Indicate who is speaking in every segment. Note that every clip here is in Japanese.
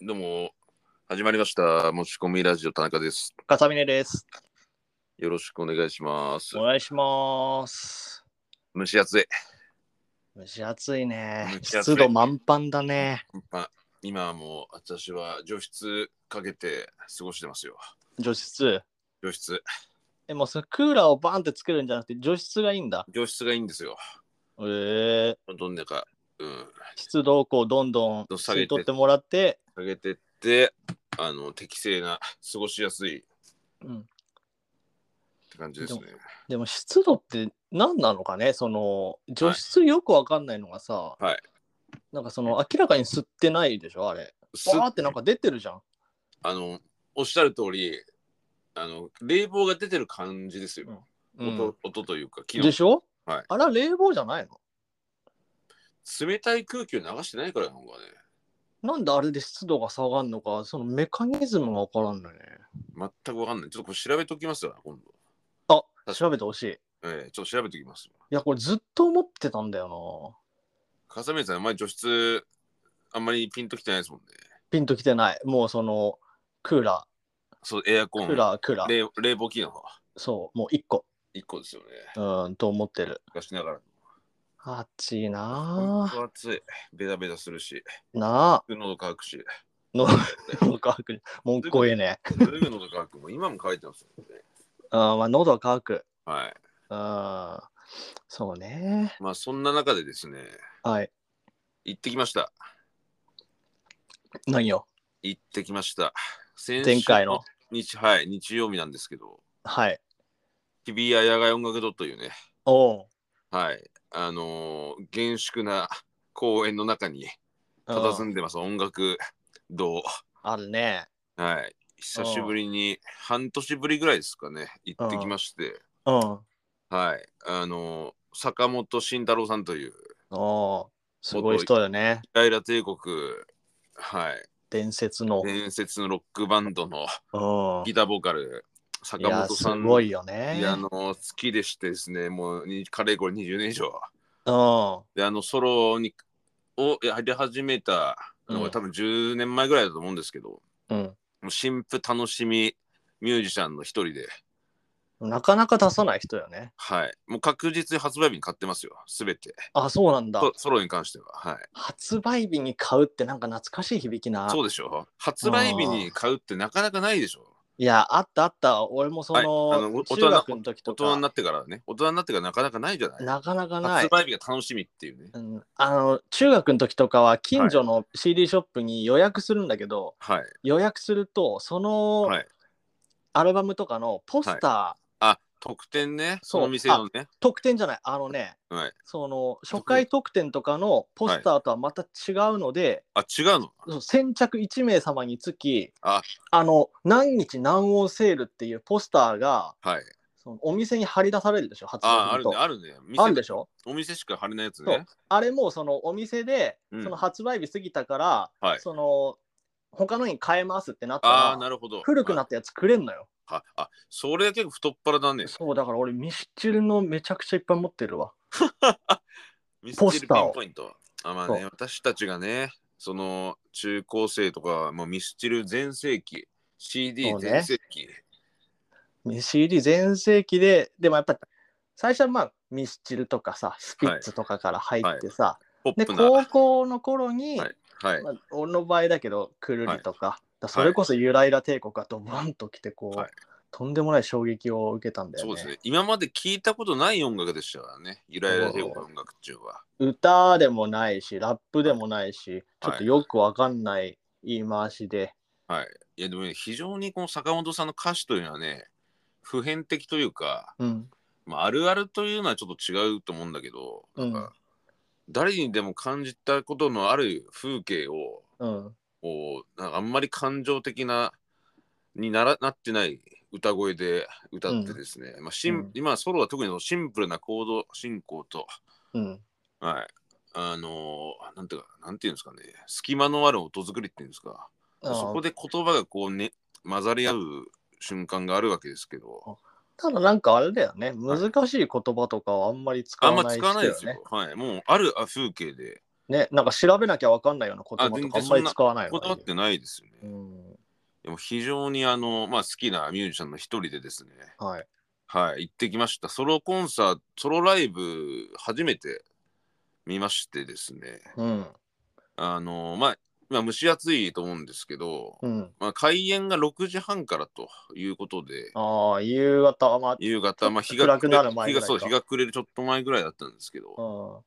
Speaker 1: どうも、始まりました。持ち込みラジオ田中です。
Speaker 2: かさみねです。
Speaker 1: よろしくお願いします
Speaker 2: お。願いします。
Speaker 1: 蒸し暑い。
Speaker 2: 蒸し暑いね。
Speaker 1: 蒸し暑い
Speaker 2: 湿度満帆だね。
Speaker 1: まあ、今はもう私は除湿かけて過ごしてますよ。
Speaker 2: 除湿。
Speaker 1: 除湿。
Speaker 2: え、もうそのクーラーをバーンってつけるんじゃなくて除湿がいいんだ。
Speaker 1: 除湿がいいんですよ。
Speaker 2: えー、
Speaker 1: どんなか、うん。
Speaker 2: 湿度をこうどんどん
Speaker 1: 下げ
Speaker 2: 吸
Speaker 1: て
Speaker 2: い取ってもらって、
Speaker 1: かけてって、あの、適正な、過ごしやすいっ
Speaker 2: うん、
Speaker 1: て感じですね。
Speaker 2: でも湿度って何なのかねその除湿よくわかんないのがさ、
Speaker 1: はい
Speaker 2: なんかその明らかに吸ってないでしょあれ。
Speaker 1: す
Speaker 2: バーってなんか出てるじゃん。
Speaker 1: あの、おっしゃる通り、あの、冷房が出てる感じですよ。
Speaker 2: うん
Speaker 1: 音音というか、機
Speaker 2: でしょ、
Speaker 1: はい
Speaker 2: あれは冷房じゃないの
Speaker 1: 冷たい空気を流してないからなんかね。
Speaker 2: なんであれで湿度が下がるのか、そのメカニズムがわからんのよね。
Speaker 1: 全くわかんない。ちょっとこれ調べておきますわ、今度。確かに
Speaker 2: 調べてほしい。い
Speaker 1: ええちょっと調べておきます。
Speaker 2: や、これずっと思ってたんだよ
Speaker 1: 笠宮さん、あんまり除湿、あんまりピンときてないですもんね。
Speaker 2: な。ピンときてない。もうその、クーラ
Speaker 1: そう、エアコ
Speaker 2: ー、
Speaker 1: ン、
Speaker 2: クーラー、クーラー。
Speaker 1: 冷冷房機能は
Speaker 2: そう、もう一個。
Speaker 1: 1個ですよね。
Speaker 2: うん、と思ってる。
Speaker 1: がしながら。
Speaker 2: 暑いな
Speaker 1: 本当暑い。ベタベタするし、
Speaker 2: ぁ。なぁ。
Speaker 1: 喉乾くし、
Speaker 2: の、喉乾く。文句多いね。
Speaker 1: すぐ喉乾く。もう今も乾いてますもんね。
Speaker 2: うん、まあ、喉は乾く。
Speaker 1: はい。
Speaker 2: うん。そうね。
Speaker 1: まあ、そんな中でですね、
Speaker 2: はい。
Speaker 1: 行ってきました。
Speaker 2: 何よ。
Speaker 1: 行ってきました。先週
Speaker 2: 前回の。
Speaker 1: 日、はい、日曜日なんですけど、
Speaker 2: はい。
Speaker 1: 日比谷野外音楽堂というね、
Speaker 2: おう。
Speaker 1: はい、あのー厳粛な公園の中に、
Speaker 2: う
Speaker 1: 佇
Speaker 2: ん、
Speaker 1: んでます、音楽堂。
Speaker 2: あるね。
Speaker 1: はい。久しぶりに、半年ぶりぐらいですかね、行ってきまして、
Speaker 2: うん。
Speaker 1: はい。あの、坂本慎太郎さんという、
Speaker 2: おう。すごい人だよね。
Speaker 1: イライラ帝国、はい。
Speaker 2: 伝説の。
Speaker 1: 伝説のロックバンドの
Speaker 2: うん。
Speaker 1: ギターボーカル、
Speaker 2: い
Speaker 1: 坂
Speaker 2: や、
Speaker 1: 本
Speaker 2: す
Speaker 1: さん
Speaker 2: ごいよね。
Speaker 1: いやあの好きでしてですね、もうにかれこれ20年以上。
Speaker 2: うん。
Speaker 1: で、あの、ソロにをやり始めたの
Speaker 2: う
Speaker 1: が
Speaker 2: ん
Speaker 1: 多分10年前ぐらいだと思うんですけど、
Speaker 2: うん。
Speaker 1: もう新婦楽しみミュージシャンの一人で、
Speaker 2: なかなか出さない人よね。
Speaker 1: はい。もう確実に発売日に買ってますよ、すべて。
Speaker 2: あ、そうなんだ
Speaker 1: ソ。ソロに関しては。はい。
Speaker 2: 発売日に買うってなんか懐かしい響きな。
Speaker 1: そうでしょ発売日に買うってなかなかないでしょ
Speaker 2: いや、あったあった。俺もその、
Speaker 1: はいあのお大
Speaker 2: 中
Speaker 1: 人な
Speaker 2: 学の時
Speaker 1: 大
Speaker 2: と
Speaker 1: 人
Speaker 2: か
Speaker 1: になってからね。大人になってからなかなかないじゃない
Speaker 2: なかなかない
Speaker 1: 発。売日が楽しみっていうね。
Speaker 2: うん、あの中学の時とかは近所の CD ショップに予約するんだけど、
Speaker 1: はい。
Speaker 2: 予約するとその
Speaker 1: はい。
Speaker 2: アルバムとかのポスター、
Speaker 1: あ、特典ね。そ
Speaker 2: そう
Speaker 1: の店のね。
Speaker 2: 特典じゃないあのね
Speaker 1: はい。
Speaker 2: その初回特典とかのポスターとはまた違うので、
Speaker 1: あ、違うの
Speaker 2: そう先着1名様につき
Speaker 1: あ
Speaker 2: の何日何音セールっていうポスターが
Speaker 1: はい。
Speaker 2: そのお店に貼り出されるでしょ発売
Speaker 1: あ、あ
Speaker 2: 日
Speaker 1: る
Speaker 2: と
Speaker 1: ね。あるね。
Speaker 2: あるで
Speaker 1: し
Speaker 2: しょ
Speaker 1: ょお店しか貼れないやつ
Speaker 2: そう
Speaker 1: ね。
Speaker 2: あれもそのお店で、
Speaker 1: うん
Speaker 2: その発売日過ぎたから、
Speaker 1: はい
Speaker 2: その他のに変えますってなった
Speaker 1: ああ、
Speaker 2: ら
Speaker 1: なるほど。
Speaker 2: 古くなったやつくれんのよ、
Speaker 1: はいあ、あそれは結構太っ腹だね。
Speaker 2: そうだから俺ミスチルのめちゃくちゃいっぱい持ってるわ
Speaker 1: ミス
Speaker 2: ポ
Speaker 1: チル
Speaker 2: スタ
Speaker 1: ピ
Speaker 2: ーを
Speaker 1: ンポイント。あまあね、
Speaker 2: そ
Speaker 1: 私たちがね、その中高生とか、もうミスチル全盛期、CD
Speaker 2: そうね
Speaker 1: 全盛期、
Speaker 2: CD 全盛期ででもやっぱ最初はまあミスチルとかさスピッツとかから入ってさ、
Speaker 1: ポップ
Speaker 2: で
Speaker 1: な。は
Speaker 2: 高
Speaker 1: い。
Speaker 2: 校の頃に、
Speaker 1: はい。
Speaker 2: まあ、俺の場合だけど、くるりとか、だからそ
Speaker 1: は
Speaker 2: れ
Speaker 1: い
Speaker 2: こそゆらゆら帝国がドバンと来て、こう、
Speaker 1: はい
Speaker 2: とんでもない衝撃を受けたんだよ
Speaker 1: そ
Speaker 2: ね。
Speaker 1: うですね。今まで聞いたことない音楽でしたからね。ゆらゆら帝国の音楽中は。
Speaker 2: 歌でもないし、ラップでもないし、ちょっ
Speaker 1: は
Speaker 2: と
Speaker 1: い
Speaker 2: よくわかんない言い回しで、
Speaker 1: いや、でもね、非常にこの坂本さんの歌詞というのはね、普遍的というか、
Speaker 2: うん、
Speaker 1: まあ、あるあるというのはちょっと違うと思うんだけど、なん
Speaker 2: うん
Speaker 1: か誰にでも感じたことのある風景を、
Speaker 2: うん、
Speaker 1: こうなんかあんまり感情的なにならなってない歌声で歌ってですね、まあシン
Speaker 2: うん
Speaker 1: 今ソロは特にそのシンプルなコード進行と、
Speaker 2: うん。
Speaker 1: はい、あのーなんていうかなんていうんですかね隙間のある音作りっていうんですか
Speaker 2: あ
Speaker 1: そこ
Speaker 2: ー
Speaker 1: で言葉がこうね混ざり合う瞬間があるわけですけど
Speaker 2: ただなんかあれだよね、難しい言葉とかはあんまり使
Speaker 1: あん
Speaker 2: わ
Speaker 1: ま
Speaker 2: ない
Speaker 1: 使わないです
Speaker 2: 人だ
Speaker 1: よ
Speaker 2: ね。
Speaker 1: はい、もうあるあ風景で
Speaker 2: ね、なんか調べなきゃわかんないような言葉とか
Speaker 1: あ全然
Speaker 2: あんまり使わないよ
Speaker 1: こだわって
Speaker 2: ね。
Speaker 1: ないですよね。
Speaker 2: うん
Speaker 1: でも非常にあの、まあ、好きなミュージシャンの一人でですね、
Speaker 2: はい。
Speaker 1: はい、行ってきました。ソロコンサート、ソロライブ、初めて見ましてですね、
Speaker 2: うん。
Speaker 1: あの、まあ、今蒸し暑いと思うんですけど、
Speaker 2: うん。
Speaker 1: まあ、開演が6時半からということで、
Speaker 2: ああ、夕方、まあ、
Speaker 1: 夕
Speaker 2: ちょっ
Speaker 1: 方、
Speaker 2: と
Speaker 1: まあ、日が
Speaker 2: 暗くな
Speaker 1: 日
Speaker 2: る前ぐ
Speaker 1: が
Speaker 2: らいか
Speaker 1: そう日が暮れるちょっと前ぐらいだったんですけど、
Speaker 2: うん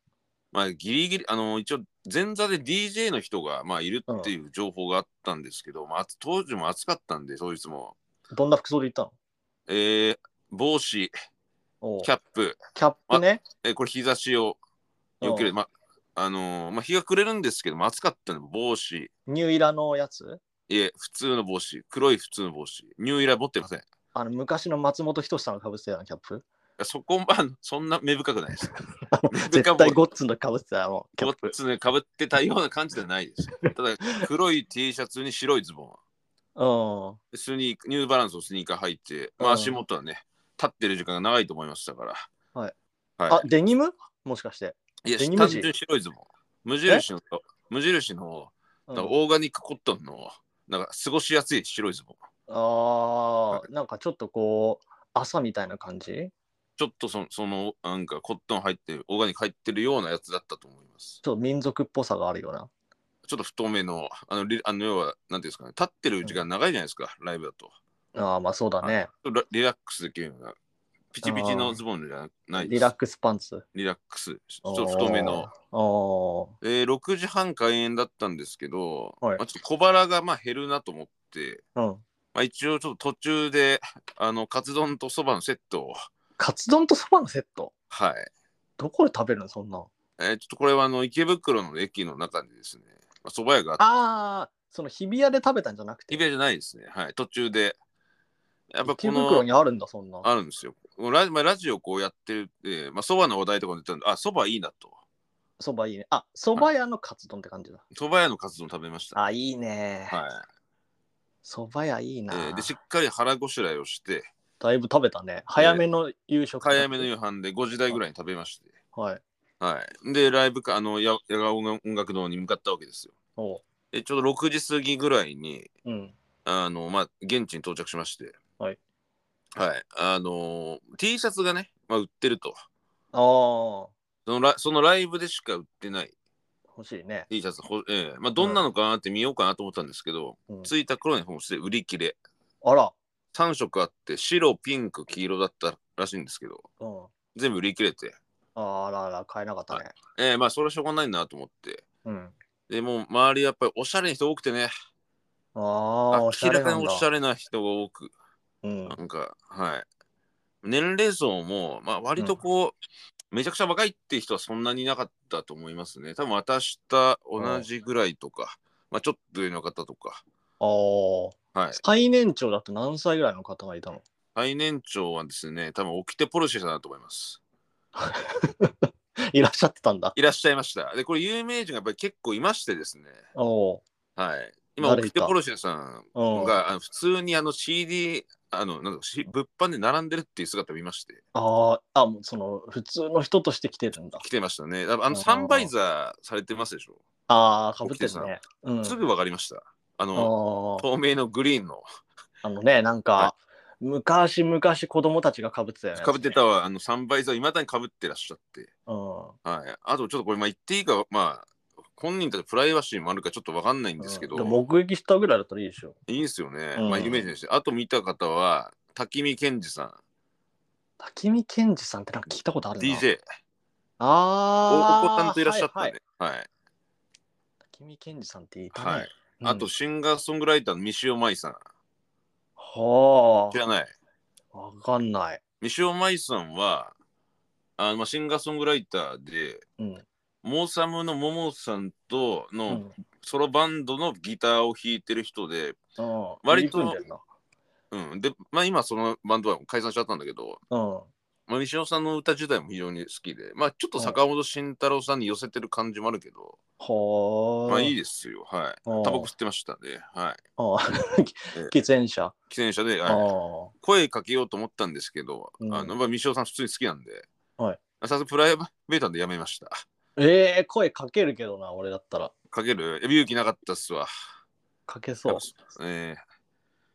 Speaker 1: まあ、ギリギリ、あの、一応、前座で DJ の人が、まあ、いるっていう情報があったんですけど、まあ、暑当時も暑かったんで、当日も、
Speaker 2: どんな服装で行ったの
Speaker 1: えー帽子、
Speaker 2: おう
Speaker 1: キャップ、
Speaker 2: キャップね。
Speaker 1: えーこれ日差しをよけれ
Speaker 2: うん
Speaker 1: ば、まあのーまあ、日が暮れるんですけども暑かったので帽子い
Speaker 2: ニューイラのやつ
Speaker 1: え普通の帽子黒い普通の帽子ニューイラー持ってませんい
Speaker 2: あの昔の松本人志さんがかぶってたようなキャップ
Speaker 1: やそこまそんな目深くないです
Speaker 2: 絶対ゴッツンのかぶってたあのキャ
Speaker 1: ごっ
Speaker 2: ップ。
Speaker 1: つねかぶってたような感じではないですただ黒い T シャツに白いズボン
Speaker 2: うん。
Speaker 1: スニーニューバランスのスニーカー履いて、まあ、
Speaker 2: うん
Speaker 1: 足元はね立ってる時間が長いと思いましたから
Speaker 2: はい、あ
Speaker 1: は、
Speaker 2: デニムもしかして。
Speaker 1: い、いや
Speaker 2: デニム
Speaker 1: 単
Speaker 2: 地
Speaker 1: 純に白いズボン無印の無印の
Speaker 2: うん
Speaker 1: なんかオーガニックコットンのなんか過ごしやすい白いズボン
Speaker 2: ああ、なんかちょっとこう、朝みたいな感じ
Speaker 1: ちょっとそのそのなんかコットン入ってるオーガニック入ってるようなやつだったと思います
Speaker 2: ちょっと民族っぽさがあるような。
Speaker 1: ちょっと太めのあのリあの要はなんていうんですかね立ってる時間長いじゃないですか、ライブだと
Speaker 2: ああ、まあそうだね。
Speaker 1: ラリラックスできるようなピチピチ
Speaker 2: あ
Speaker 1: の
Speaker 2: ー
Speaker 1: ズボンじゃなないです
Speaker 2: リラックスパンツ。
Speaker 1: リラックスちょっと太めの
Speaker 2: あー。
Speaker 1: えー、6時半開演だったんですけど、
Speaker 2: はい
Speaker 1: まあ、ちょっと小腹がまあ減るなと思って、
Speaker 2: あーうん。
Speaker 1: まあ、一応ちょっと途中であのカツ丼とそばのセットを
Speaker 2: カツ丼とそばのセット
Speaker 1: はい
Speaker 2: どこで食べるのそんな
Speaker 1: えーちょっとこれはあの池袋の駅の中でですね、まあ、蕎麦屋があって
Speaker 2: ああその日比谷で食べたんじゃなくて
Speaker 1: 日比谷じゃないですね。はい、途中で。やっぱこ
Speaker 2: 池袋
Speaker 1: の、
Speaker 2: にあるんだそんな
Speaker 1: あるんですよ。ラジまあラジオこうやってるって、まあ、蕎麦の話題とかも出てたんで、あ、蕎麦いいなと。
Speaker 2: そばいいねあそば屋のカツ丼って感じだ
Speaker 1: 蕎麦屋のカツ丼食べました。
Speaker 2: あいいね
Speaker 1: は
Speaker 2: そば、屋いい
Speaker 1: い、え
Speaker 2: な、
Speaker 1: ーで、しっかり腹ごしらえをして、
Speaker 2: だいぶ食べたね早めの夕食、
Speaker 1: 早めの夕飯で5時台ぐらいに食べまして、
Speaker 2: はい
Speaker 1: はい。で、ライブか、あの、や矢川音楽堂に向かったわけですよ。
Speaker 2: おう
Speaker 1: で、ちょうど6時過ぎぐらいに、
Speaker 2: うん
Speaker 1: あの、まあ、現地に到着しまして、
Speaker 2: はい。
Speaker 1: はい。あのー、T シャツがね、まあ、売ってると。
Speaker 2: ああ
Speaker 1: そのラそのライブでしか売ってない
Speaker 2: 欲しいね、
Speaker 1: T シャツ、ほええまあ、どんなのかなって見ようかなと思ったんですけど、
Speaker 2: うん
Speaker 1: 着いた頃にもうすでに売り切れ。
Speaker 2: あら
Speaker 1: 3色あって、白、ピンク、黄色だったらしいんですけど、
Speaker 2: うん
Speaker 1: 全部売り切れて、
Speaker 2: あらあら買えなかったね、
Speaker 1: ええまあ、それはしょうがないなと思って。
Speaker 2: うん
Speaker 1: でもう周りやっぱりおしゃれな人多くてね、
Speaker 2: ああおしゃ
Speaker 1: 明
Speaker 2: れ
Speaker 1: ら
Speaker 2: な
Speaker 1: か
Speaker 2: ん
Speaker 1: にお
Speaker 2: だ
Speaker 1: しゃれな人が多く、
Speaker 2: うん
Speaker 1: なんか、はい。年齢層も、まあ、割とこう、めちゃくちゃ若いって人はそんなにいなかったと思いますね。多分私と同じぐらいとか、まあ、ちょっと上の方とか、
Speaker 2: あー
Speaker 1: はい。
Speaker 2: 最年長だと何歳ぐらいの方がいたの
Speaker 1: 最年長はですね、多分起きてポルシェさんだと思います。
Speaker 2: いらっしゃってたんだ
Speaker 1: いらっしゃいました。で、これ有名人がやっぱり結構いましてですね、
Speaker 2: おう
Speaker 1: はい。今、
Speaker 2: 誰い
Speaker 1: 起
Speaker 2: た
Speaker 1: きてポルシェさんがあの普通にあの CD、あの、なんだろうし物販で並んでるっていう姿を見まして、
Speaker 2: あーあ、もうその普通の人として来てるんだ。
Speaker 1: 来てましたね。あのあの
Speaker 2: あー
Speaker 1: サンバイザーされてますでしょ。
Speaker 2: ああ、かぶってるね。うん、
Speaker 1: すぐわかりました。あ
Speaker 2: あ
Speaker 1: の、
Speaker 2: ー
Speaker 1: 透明のグリーンの、
Speaker 2: あのね、なんか、昔々子供たちがかぶってたよね。
Speaker 1: かぶってたわ、あの、サンバイザー、いまだにかぶってらっしゃって、
Speaker 2: うん。
Speaker 1: はい。あと、ちょっとこれ、まあ、言っていいか、まあ、本人たちプライバシーもあるからちょっとわかんないんですけど、
Speaker 2: うん目撃したぐらいだったらいいでしょ。
Speaker 1: いいですよね。
Speaker 2: うん
Speaker 1: まあ、有名人です。あと見た方は、滝見健二さ
Speaker 2: 滝見健二さんってなんか聞いたことあ
Speaker 1: ん、
Speaker 2: るな。。
Speaker 1: DJ、
Speaker 2: あ
Speaker 1: 大
Speaker 2: あ。
Speaker 1: 久保さんといらっしゃった
Speaker 2: はいは
Speaker 1: ね
Speaker 2: い。
Speaker 1: はい、
Speaker 2: 滝見健二さんっていたね。
Speaker 1: はい。
Speaker 2: うん
Speaker 1: あと、シンガーソングライターの三塩舞さん。
Speaker 2: は
Speaker 1: 知らない。
Speaker 2: あ。わかんない。
Speaker 1: 三塩舞さんは、あのまあ、シンガーソングライターで、
Speaker 2: うん。
Speaker 1: モーサムのモモさんと
Speaker 2: う
Speaker 1: の
Speaker 2: ん。
Speaker 1: ソロバンドのギターを弾いてる人で、
Speaker 2: うん
Speaker 1: 割と
Speaker 2: 入り組んでんな
Speaker 1: うん、で、まあ今そのバンドは解散しちゃったんだけど、
Speaker 2: うん。
Speaker 1: まあ、西尾さんの歌自体も非常に好きで、まあちょっと坂本慎太郎さんに寄せてる感じもあるけど、
Speaker 2: はあ。
Speaker 1: まあいい
Speaker 2: い。
Speaker 1: ですよ、はい。
Speaker 2: タ
Speaker 1: タバコ吸ってましたね、はい。
Speaker 2: 喫煙者。
Speaker 1: 喫煙者で、
Speaker 2: あ
Speaker 1: はい
Speaker 2: あ。
Speaker 1: 声かけようと思ったんですけど、
Speaker 2: うん
Speaker 1: あのまあ西尾さん普通に好きなんで、
Speaker 2: はい
Speaker 1: さすがプライベートでやめました。
Speaker 2: ええ声かけるけどな、俺だったら。
Speaker 1: かけるえ勇気なかったっすわ。
Speaker 2: かけそう。
Speaker 1: え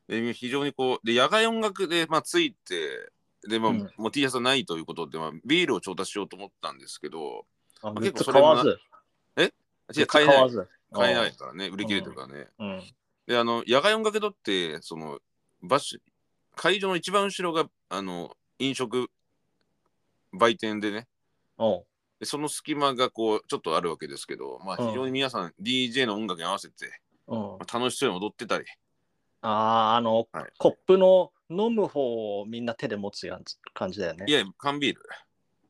Speaker 1: えで非常にこう、で、野外音楽で、まあ、ついて、で、まあ、
Speaker 2: うん
Speaker 1: もう T シャツはないということで、まあ、ビールを調達しようと思ったんですけど、
Speaker 2: あ、
Speaker 1: まあ
Speaker 2: グッズ
Speaker 1: 結構そ
Speaker 2: 買
Speaker 1: れもな
Speaker 2: わず。
Speaker 1: 違う
Speaker 2: グッ
Speaker 1: 買えな
Speaker 2: ズ買わ
Speaker 1: い。
Speaker 2: ず。
Speaker 1: 買えないからね、売り切れてるからね。
Speaker 2: うん。
Speaker 1: で、あの、野外音楽堂って、その、場所、会場の一番後ろが、あの、飲食、売店でね、
Speaker 2: おう
Speaker 1: でその隙間がこう、ちょっとあるわけですけど、まあ、
Speaker 2: うん
Speaker 1: 非常に皆さん、DJ の音楽に合わせて、
Speaker 2: うん
Speaker 1: ま。あ楽しそうに踊ってたり、
Speaker 2: ああ、あの、
Speaker 1: はい
Speaker 2: コップの飲む方をみんな手で持つやん感じだよね
Speaker 1: い。や、缶ビール。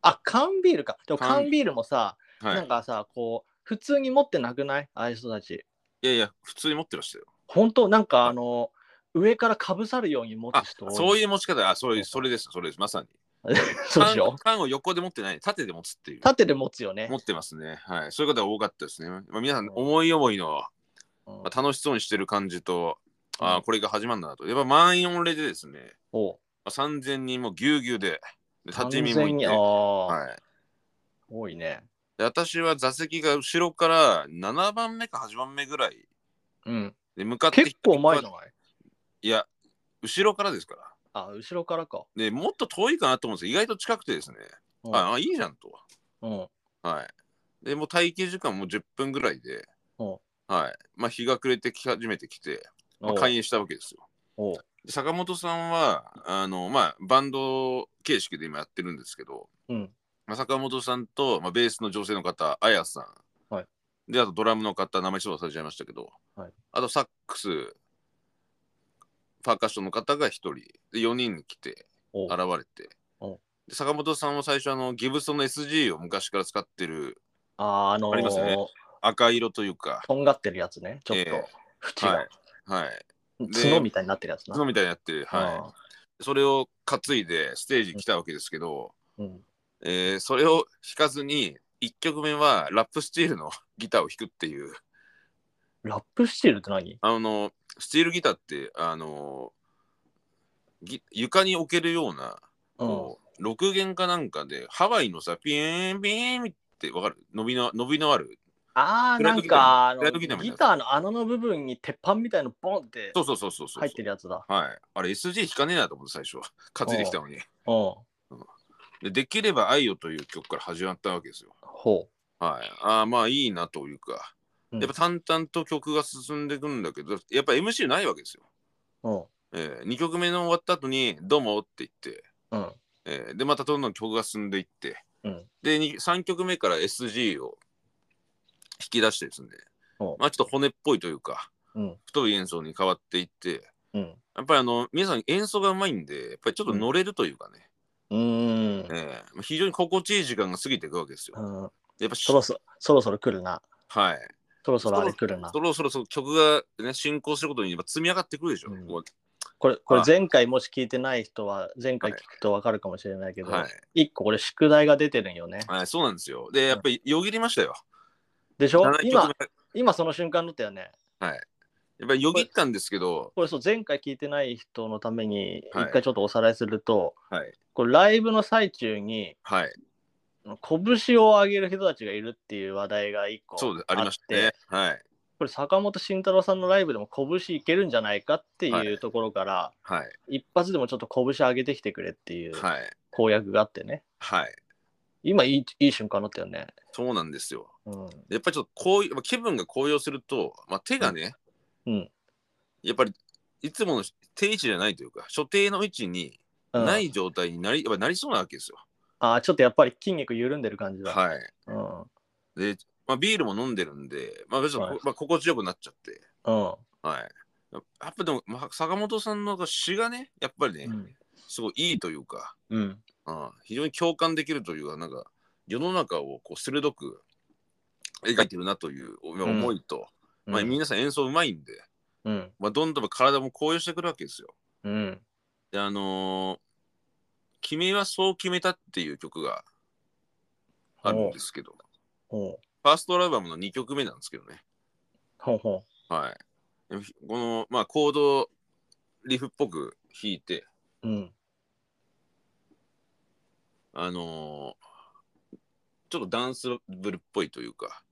Speaker 2: あ、缶ビールか。でも
Speaker 1: 缶
Speaker 2: 缶ビールもさ、
Speaker 1: は
Speaker 2: ないん。かさ、こう、普通に持ってなくないああいう人たち。
Speaker 1: いやいや、普通に持ってましたよ。
Speaker 2: 本当なんかあの、上からかぶさるように持
Speaker 1: あ
Speaker 2: つ人多い。
Speaker 1: そういう持ち方、あ、それそれです、それです、まさに。
Speaker 2: そうでしょ
Speaker 1: 缶缶を横で持ってない、縦で持つっていう。
Speaker 2: 縦で持つよね
Speaker 1: 持。ってますね。はい。そういう方が多かったですね。まあ、皆さん
Speaker 2: う、ん
Speaker 1: 思い思いの、
Speaker 2: うん
Speaker 1: まあ、楽しそうにしてる感じと、あ
Speaker 2: う
Speaker 1: あ、これが始まるんだなと。やっぱ満員御礼でですね、
Speaker 2: おう
Speaker 1: まあ、3000人もぎゅうぎゅうで、で立ち見も
Speaker 2: 完全
Speaker 1: い
Speaker 2: に
Speaker 1: て、
Speaker 2: あ
Speaker 1: は
Speaker 2: あ、
Speaker 1: い。
Speaker 2: 多いね。
Speaker 1: で私は座席が後ろから7番目か8番目ぐらい
Speaker 2: うん。
Speaker 1: で向かって
Speaker 2: 結構前じゃ
Speaker 1: の
Speaker 2: ない
Speaker 1: いや、後ろからですから。
Speaker 2: あ、後ろからか。
Speaker 1: でもっと遠いかなと思うんですよ。意外と近くてですね。
Speaker 2: うん
Speaker 1: ああ、いいじゃんと。
Speaker 2: うん。
Speaker 1: はい。で、もう待機時間も10分ぐらいで、
Speaker 2: うん
Speaker 1: はい。まあ、日が暮れてき始めてきて、まあ、
Speaker 2: おう
Speaker 1: 開演したわけですよ。
Speaker 2: おう
Speaker 1: で坂本さんは、あの、まあ、バンド形式で今やってるんですけど、
Speaker 2: うん。
Speaker 1: まあ、坂本さんと、まあ、ベースの女性の方、あやさん。
Speaker 2: はい。
Speaker 1: で、あとドラムの方、名前ちょっと忘れちゃいましたけど、
Speaker 2: はい。
Speaker 1: あとサックス、パーカッションの方が1人、で、4人来て、
Speaker 2: おう
Speaker 1: 現れて
Speaker 2: おう。
Speaker 1: で坂本さんは最初あのギブソンの SG を昔から使ってる
Speaker 2: あーあのー、
Speaker 1: ありますね赤色というか、
Speaker 2: とんがってるやつね。ちょっ
Speaker 1: ええ
Speaker 2: と、縁が、
Speaker 1: はい、で
Speaker 2: 角みたいになってるやつな。
Speaker 1: 角みたいになって、は
Speaker 2: あ
Speaker 1: い、それを担いでステージに来たわけですけど、
Speaker 2: ーうん
Speaker 1: えーそれを弾かずに、1曲目はラップスチールのギターを弾くっていう、
Speaker 2: ラップスチールって何
Speaker 1: あの、スチールギターって、あの、ぎ床に置けるような、
Speaker 2: うん。
Speaker 1: こう6弦かなんかで、ハワイのさ、ピエンピエンってわかる伸びの伸びのある。
Speaker 2: ああ、
Speaker 1: フライ
Speaker 2: な
Speaker 1: ド
Speaker 2: ん
Speaker 1: ギター
Speaker 2: かあ
Speaker 1: フライ
Speaker 2: の
Speaker 1: ドギターみたい
Speaker 2: ギ
Speaker 1: な
Speaker 2: ターの穴の部分に鉄板みたいのボンって
Speaker 1: そうそうそうそうそう。
Speaker 2: 入ってるやつだ。
Speaker 1: はい。あれ SG 弾かねえなと思って最初は。担いできたのに。
Speaker 2: うん。
Speaker 1: でできれば愛よという曲から始まったわけですよ。
Speaker 2: ほ
Speaker 1: はい、あーまあいいなというか、
Speaker 2: うん
Speaker 1: やっぱ淡々と曲が進んでいくんだけど、やっぱ MC ないわけですよ。
Speaker 2: う。うん。
Speaker 1: え2曲目の終わった後に、どうもって言って、
Speaker 2: うん。
Speaker 1: えーで、またどんどん曲が進んでいって、
Speaker 2: うん
Speaker 1: で、3曲目から SG を引き出してですね、
Speaker 2: お
Speaker 1: まあちょっと骨っぽいというか、
Speaker 2: うん。
Speaker 1: 太い演奏に変わっていって、
Speaker 2: うん。
Speaker 1: やっぱりあの、皆さん演奏がうまいんで、やっぱりちょっと乗れるというかね、
Speaker 2: うーん。
Speaker 1: えー非常に心地いい時間が過ぎていくわけですよ。
Speaker 2: うん、
Speaker 1: やっぱし
Speaker 2: そろそろ、そろそろ来るな。
Speaker 1: はい。
Speaker 2: そろそろあれ来るな
Speaker 1: そ。ろそろその曲が、ね、進行することにやっぱ積み上がってくるでしょ。
Speaker 2: うん
Speaker 1: こ
Speaker 2: これ、これ
Speaker 1: はい
Speaker 2: 前回もし聞いてない人は、前回聞くとわかるかもしれないけ
Speaker 1: う
Speaker 2: ど、
Speaker 1: はい、
Speaker 2: 一個これ宿題が出てるんよね。
Speaker 1: はい。そうなんですよ。で、やっぱりよぎりましたよ。
Speaker 2: でしょ
Speaker 1: 7曲目
Speaker 2: 今、今その瞬間だったよね。
Speaker 1: やっぱりよぎったんですけど、
Speaker 2: これそう、前回聞いてない人のために、
Speaker 1: はい
Speaker 2: 一回ちょっとおさらいすると、
Speaker 1: はい。
Speaker 2: これライブの最中に、
Speaker 1: はい。
Speaker 2: 拳を上げる人たちがいるっていう話題が一個
Speaker 1: そうで
Speaker 2: あ
Speaker 1: あ
Speaker 2: っ
Speaker 1: り
Speaker 2: て
Speaker 1: ましたね。はい。
Speaker 2: これ坂本慎太郎さんのライブでも拳いけるんじゃないかって
Speaker 1: は
Speaker 2: いうところから、
Speaker 1: はい。
Speaker 2: 一発でもちょっと拳上げてきてくれっていう
Speaker 1: はい。
Speaker 2: 公約があってね
Speaker 1: はい。
Speaker 2: 今いいいい瞬間だったよね、
Speaker 1: そうなんですよ。
Speaker 2: うん
Speaker 1: やっぱりちょっとこういう、まあ、気分が高揚すると、まあ、手がね、
Speaker 2: うん
Speaker 1: やっぱりいつもの定位置じゃないというか、所定の位置に
Speaker 2: うん
Speaker 1: ない状態になり、やっぱなりそうなわけですよ。
Speaker 2: あーちょっとやっぱり筋肉緩んでる感じだ、
Speaker 1: はい。
Speaker 2: うん
Speaker 1: で、まあ、ビールも飲んでるんで、まあ、別に、
Speaker 2: はい
Speaker 1: まあ、心地よくなっちゃって、
Speaker 2: うん
Speaker 1: はい。ややっぱでも、まあ、坂本さんの詩がね、やっぱりね、
Speaker 2: うん
Speaker 1: すごいいいというか、
Speaker 2: うん
Speaker 1: うん、非常に共感できるというか、なんか、世の中をこう鋭く描いてるなというお
Speaker 2: ん
Speaker 1: 思いと、
Speaker 2: う
Speaker 1: まあ、
Speaker 2: ん
Speaker 1: 皆さん演奏うまいんで、
Speaker 2: うん
Speaker 1: まあ、どんどん体も高揚してくるわけですよ。
Speaker 2: うん
Speaker 1: で、あのー君はそう決めたっていう曲があるんですけど、
Speaker 2: ほう
Speaker 1: ファーストアルバムの2曲目なんですけどね。
Speaker 2: ほうほ
Speaker 1: はい。でこの、まあ、コードリフっぽく弾いて、
Speaker 2: ううん
Speaker 1: あのーちょっとダンスブルっぽいというか、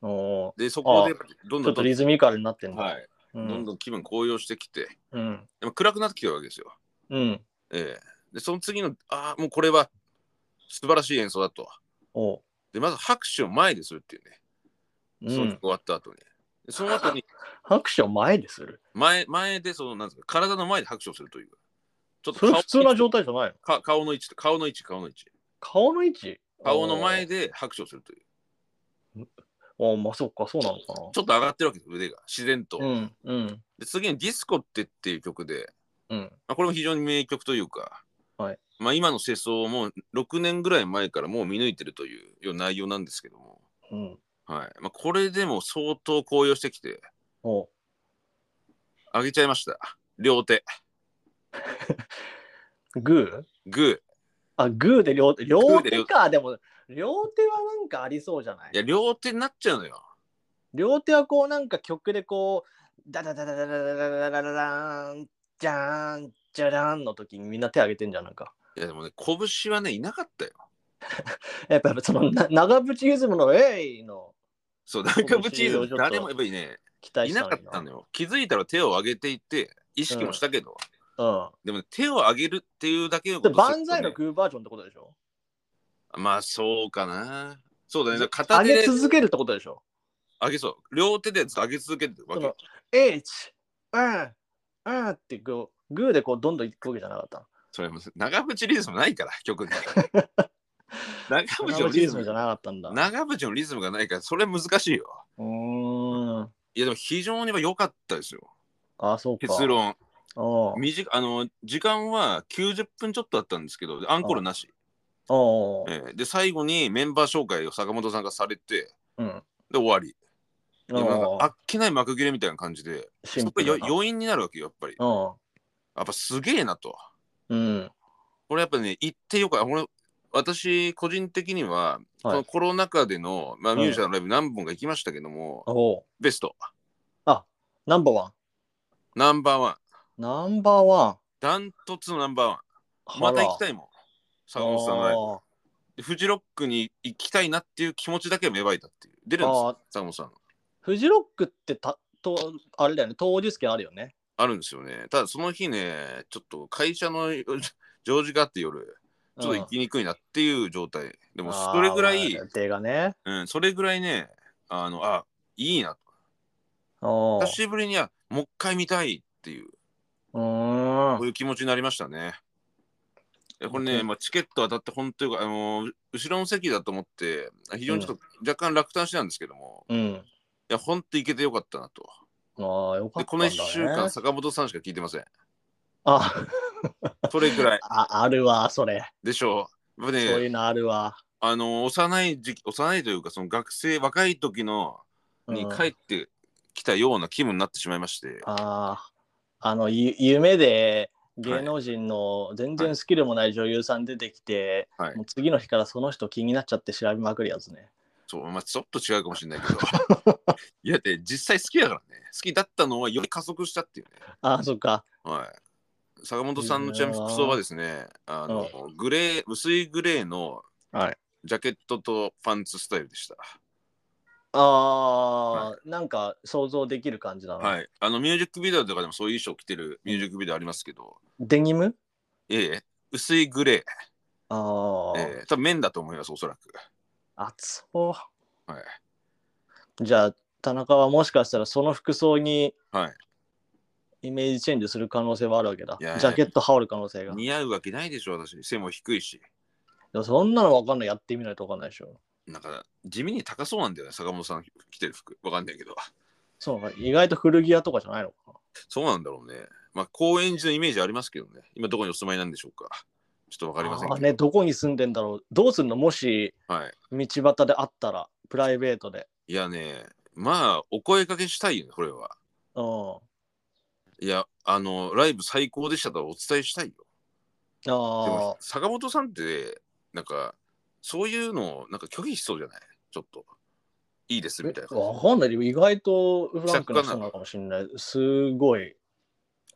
Speaker 2: おー
Speaker 1: で、そこでどん
Speaker 2: ちょ
Speaker 1: ど
Speaker 2: っ
Speaker 1: ん
Speaker 2: と
Speaker 1: ど
Speaker 2: リ
Speaker 1: ん
Speaker 2: ズミカルになってんだ。
Speaker 1: はい、
Speaker 2: う
Speaker 1: どん
Speaker 2: ん。
Speaker 1: どん気分高揚してきて、
Speaker 2: うん。
Speaker 1: でも暗くなってきてるわけですよ。
Speaker 2: うん。
Speaker 1: ええで、その次の、ああ、もうこれは素晴らしい演奏だと。
Speaker 2: おう。
Speaker 1: で、まず拍手を前でするっていうね、
Speaker 2: う
Speaker 1: その曲
Speaker 2: ん。
Speaker 1: 終わった後に。でその後に
Speaker 2: 拍手を前でする。
Speaker 1: 前、前で、その、なんですか、体の前で拍手をするという。ちょっ
Speaker 2: それ普通
Speaker 1: の位
Speaker 2: な
Speaker 1: 置
Speaker 2: 状態じゃないの
Speaker 1: か顔の位置、顔の位置、顔の位置。
Speaker 2: 顔の位置
Speaker 1: 顔の前で拍手をするという。
Speaker 2: おーまあそっか、そうなのか
Speaker 1: ちょっと上がってるわけです、腕が。自然と。
Speaker 2: な。うん。うん。
Speaker 1: で、次にディスコってっていう曲で、
Speaker 2: うん。
Speaker 1: まあ、これも非常に名曲というか、
Speaker 2: はい
Speaker 1: まあ、今の世相をもう6年ぐらい前からもう見抜いてるというような内容なんですけども、
Speaker 2: うん。
Speaker 1: はいまあ、これでも相当高揚してきて、
Speaker 2: おう
Speaker 1: 上げちゃいました。両手、
Speaker 2: グー
Speaker 1: グ
Speaker 2: あ、グーで両手。両
Speaker 1: ーで
Speaker 2: 手
Speaker 1: 両手
Speaker 2: か。でも、両手はなんかありそうじゃない
Speaker 1: ー。いや、両手になっちゃうのよ。
Speaker 2: 両手はこうなんか曲でこうダダダダダダダダダダダダーンじゃーんじゃらんの時にみんな手挙げてんじゃんなんか
Speaker 1: いや、でもね、拳はね、いなかったよ。
Speaker 2: やっぱやっぱそのな長渕ゆずむの「えい!」の
Speaker 1: そう、なんかぶち
Speaker 2: 拳をちょっと
Speaker 1: 誰もやっぱりね、
Speaker 2: 期待
Speaker 1: い
Speaker 2: した
Speaker 1: な
Speaker 2: の
Speaker 1: か
Speaker 2: に
Speaker 1: ったのよ。気づいたら手を上げていて、意識もしたけど、
Speaker 2: よ、
Speaker 1: でもね、手を上げるっていうだけの
Speaker 2: う
Speaker 1: こ
Speaker 2: ん、で
Speaker 1: とすると
Speaker 2: 万歳のグーバージョンってことでしょ
Speaker 1: まあ、そうかな。そうだね、だから
Speaker 2: 上
Speaker 1: 片手
Speaker 2: げ
Speaker 1: で
Speaker 2: 続けるってことでしょ
Speaker 1: 上げそう。両手でずっと上げ続けてるわ
Speaker 2: そ
Speaker 1: け
Speaker 2: の。「えいちうんうん」ってこうグーでこうどんどんいくわけじゃなかったの
Speaker 1: それも長渕リズムないから、曲 に。長渕
Speaker 2: 長
Speaker 1: の
Speaker 2: 渕
Speaker 1: リ
Speaker 2: ゆ
Speaker 1: ズ
Speaker 2: ずむ
Speaker 1: ム
Speaker 2: じゃなかったんだ
Speaker 1: 長渕のリズムがないから、それ難しいよ。
Speaker 2: うーん
Speaker 1: いや、でも非常に良かったですよ。
Speaker 2: あそうか
Speaker 1: 結論。
Speaker 2: おう
Speaker 1: 短あの時間は90分ちょっとあったんですけど、アンコールなし。
Speaker 2: おう
Speaker 1: ええで、最後にメンバー紹介を坂本さんがされて、
Speaker 2: うん
Speaker 1: で、終わり。でもなん
Speaker 2: おう
Speaker 1: かあっけない幕切れみたいな感じで、
Speaker 2: シ
Speaker 1: そ
Speaker 2: ン
Speaker 1: こ
Speaker 2: プ
Speaker 1: がよ
Speaker 2: ルな
Speaker 1: 余韻になるわけよ、やっぱり。
Speaker 2: うん
Speaker 1: やっぱすげえなと。
Speaker 2: うん。
Speaker 1: これやっぱね、行ってよかった。俺私、個人的には、このコロナ禍での、まあ、
Speaker 2: うん
Speaker 1: ミュージシャンのライブ何本か行きましたけども、
Speaker 2: おう
Speaker 1: ベスト、
Speaker 2: ナンバーワン。
Speaker 1: ナンバーワン、
Speaker 2: ナンバーワ
Speaker 1: ダントツのナンバーワ
Speaker 2: ン。
Speaker 1: ン、また行きた
Speaker 2: い。
Speaker 1: いもん、坂本さんのライブ
Speaker 2: あ
Speaker 1: で。フジロックに行きたいなっていう気持ちだけは芽生えたっていう。出るんです
Speaker 2: あー
Speaker 1: よ、坂本さん。
Speaker 2: フジロックってたと、あれだよね、当日券あるよね。
Speaker 1: あるんですよね。ただその日ね、ちょっと会社の常時があって夜、ちょっと行きにくいなっていう状態。で
Speaker 2: うん
Speaker 1: も、それぐらい
Speaker 2: あー、予定がね。
Speaker 1: うん、それぐらいね、あの、あ、いいなと。
Speaker 2: お
Speaker 1: 久
Speaker 2: う
Speaker 1: しぶりにはもう一回見たいっていう、
Speaker 2: うー。
Speaker 1: こうんいう気持ちになりましたね。いやこれ
Speaker 2: う
Speaker 1: ね、
Speaker 2: ん
Speaker 1: まあ、チケット当たって本当によか、あのー後ろの席だと思って、非常にちょっと若干落胆してたんですけども、
Speaker 2: うん。
Speaker 1: いや、本当に行けてよかったなと。
Speaker 2: ああ、よか
Speaker 1: で、
Speaker 2: った
Speaker 1: こ
Speaker 2: ん
Speaker 1: の
Speaker 2: だ、ね。
Speaker 1: 1週間、坂本さんしか聞いてません。
Speaker 2: あ、
Speaker 1: それぐらい
Speaker 2: ああるわ、それ。
Speaker 1: でしょう。やっぱ
Speaker 2: そう
Speaker 1: ね、
Speaker 2: いうのあるわ。
Speaker 1: あのー幼い時期、幼いというか、その学生、若い時の
Speaker 2: うん
Speaker 1: に帰ってきたような気分になってしまいまして、
Speaker 2: ああ、あの、ゆ夢で芸能人の全然スキルもない女優さん出てきて、
Speaker 1: はい
Speaker 2: もう次の日からその人気になっちゃって調べまくるやつね。
Speaker 1: そう、まあ、ちょっと違うかもしれないけど。 いや、で、実際好きだからね。好きだったのはより加速したっていうね。
Speaker 2: ああ、そっか。
Speaker 1: はい。坂本さんのちなみに服装はですね、あの、グレー、薄いグレーの
Speaker 2: はい。
Speaker 1: ジャケットとパンツスタイルでした。
Speaker 2: ああ、なんか想像できる感じだな。
Speaker 1: はい。あの、ミュージックビデオとかでもそういう衣装着てるミュージックビデオありますけど、
Speaker 2: デニム
Speaker 1: ええ、薄いグレ
Speaker 2: あ
Speaker 1: ー、
Speaker 2: あ、
Speaker 1: ええ、多分綿だと思います、おそらく。
Speaker 2: 暑そ
Speaker 1: はい。
Speaker 2: う。じゃあ、田中はもしかしたらその服装に
Speaker 1: はい。
Speaker 2: イメージチェンジする可能性はあるわけだ。
Speaker 1: いや
Speaker 2: ジャケット羽織る可能性が。
Speaker 1: 似合うわけないでしょ、私。背も低いし。
Speaker 2: でもそんなの分かんない。やってみないと分かんないでしょ。
Speaker 1: なんか、地味に高そうなんだよね、坂本さん着てる服。わかんないけど。
Speaker 2: そうか、意外と古着屋とかじゃないのかな。
Speaker 1: そうなんだろうね。まあ、高円寺のイメージありますけどね。今どこにお住まいなんでしょうか。ちょっとわかりませんけ
Speaker 2: あ
Speaker 1: ど。
Speaker 2: ーね、どこに住んでんだろう。どうすんのもし
Speaker 1: はい。
Speaker 2: 道端で会ったら、プライベートで。
Speaker 1: いやね、まあ、お声かけしたいよね、これは。
Speaker 2: うん。
Speaker 1: いや、あの、ライブ最高でしたとはお伝えしたいよ。で
Speaker 2: あ
Speaker 1: も、坂本さんって、なんか、そういうのをなんか拒否しそうじゃないちょっと、いいですみたいな
Speaker 2: あ。
Speaker 1: 感じ。
Speaker 2: わかんない。意外とフランクな人なのかもしれない。すごい。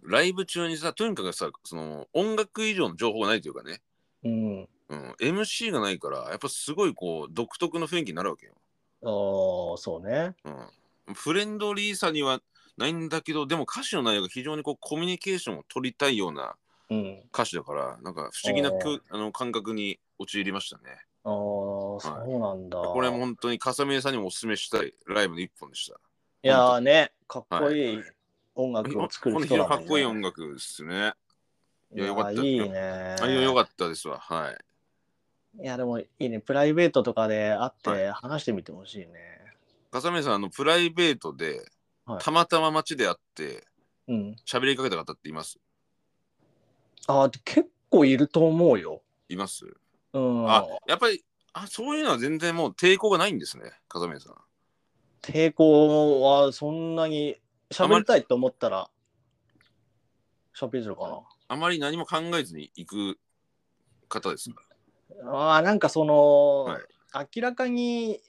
Speaker 1: ライブ中にさ、とにかくさ、その、音楽以上の情報がないというかね、
Speaker 2: うん。
Speaker 1: うん、MC がないからやっぱすごいこう独特の雰囲気になるわけよ、
Speaker 2: おーそうね。
Speaker 1: うん、フレンドリーさにはないんだけどでも歌詞の内容が非常にこうコミュニケーションを取りたいような
Speaker 2: うん。
Speaker 1: 歌詞だからなんか不思議なくあの感覚に陥りましたね
Speaker 2: ああ、そうなんだ。
Speaker 1: これも本当に笠宮さんにもおすすめしたいライブの一本でした
Speaker 2: いやーね、かっこいい音楽を作る人だもんね
Speaker 1: かっこいい音楽ですねいやよかった
Speaker 2: いやいいね。
Speaker 1: あよかったですわはい
Speaker 2: いや、でもいいね。プライベートとかで会っ
Speaker 1: は
Speaker 2: て話してみてほしいね。
Speaker 1: 笠宮さんあのプライベートで
Speaker 2: はい
Speaker 1: たまたま街で会って
Speaker 2: うん。
Speaker 1: 喋りかけた方っています
Speaker 2: ああ、結構いると思うよ。
Speaker 1: います
Speaker 2: うん。
Speaker 1: あやっぱりあそういうのは全然もう抵抗がないんですね笠宮さん
Speaker 2: 抵抗はそんなに喋りたいと思ったら喋れるか
Speaker 1: あまり何も考えずに行く方ですか
Speaker 2: な。ああ、なんかその、
Speaker 1: はい
Speaker 2: 明らかに、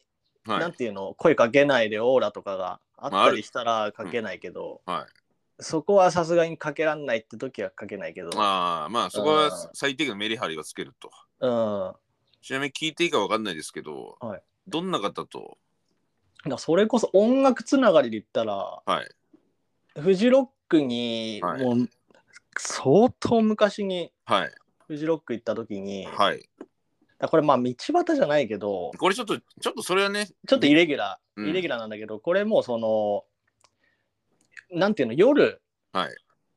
Speaker 1: は
Speaker 2: なん
Speaker 1: い
Speaker 2: ていうの、声かけないでオーラとかがあっ
Speaker 1: まああ
Speaker 2: た
Speaker 1: る
Speaker 2: りしたらかけないけど、
Speaker 1: うんはい
Speaker 2: そこはさすがにかけらんないって時はかけないけど、
Speaker 1: まあまあそこは
Speaker 2: うん
Speaker 1: 最低限のメリハリはつけると
Speaker 2: うん。
Speaker 1: ちなみに聞いていいかわかんないですけど、
Speaker 2: はい
Speaker 1: どんな方と
Speaker 2: だからそれこそ音楽つながりで言ったら、
Speaker 1: はい
Speaker 2: フジロックに
Speaker 1: はい
Speaker 2: もう相当昔に
Speaker 1: はい
Speaker 2: フジロック行った時に、だか
Speaker 1: はい
Speaker 2: らこれまあ道端じゃないけど
Speaker 1: これちょっとちょっとそれはね
Speaker 2: ちょっとイレギュラー、
Speaker 1: うん
Speaker 2: イレギュラーなんだけどこれもうそのなんていうの夜
Speaker 1: は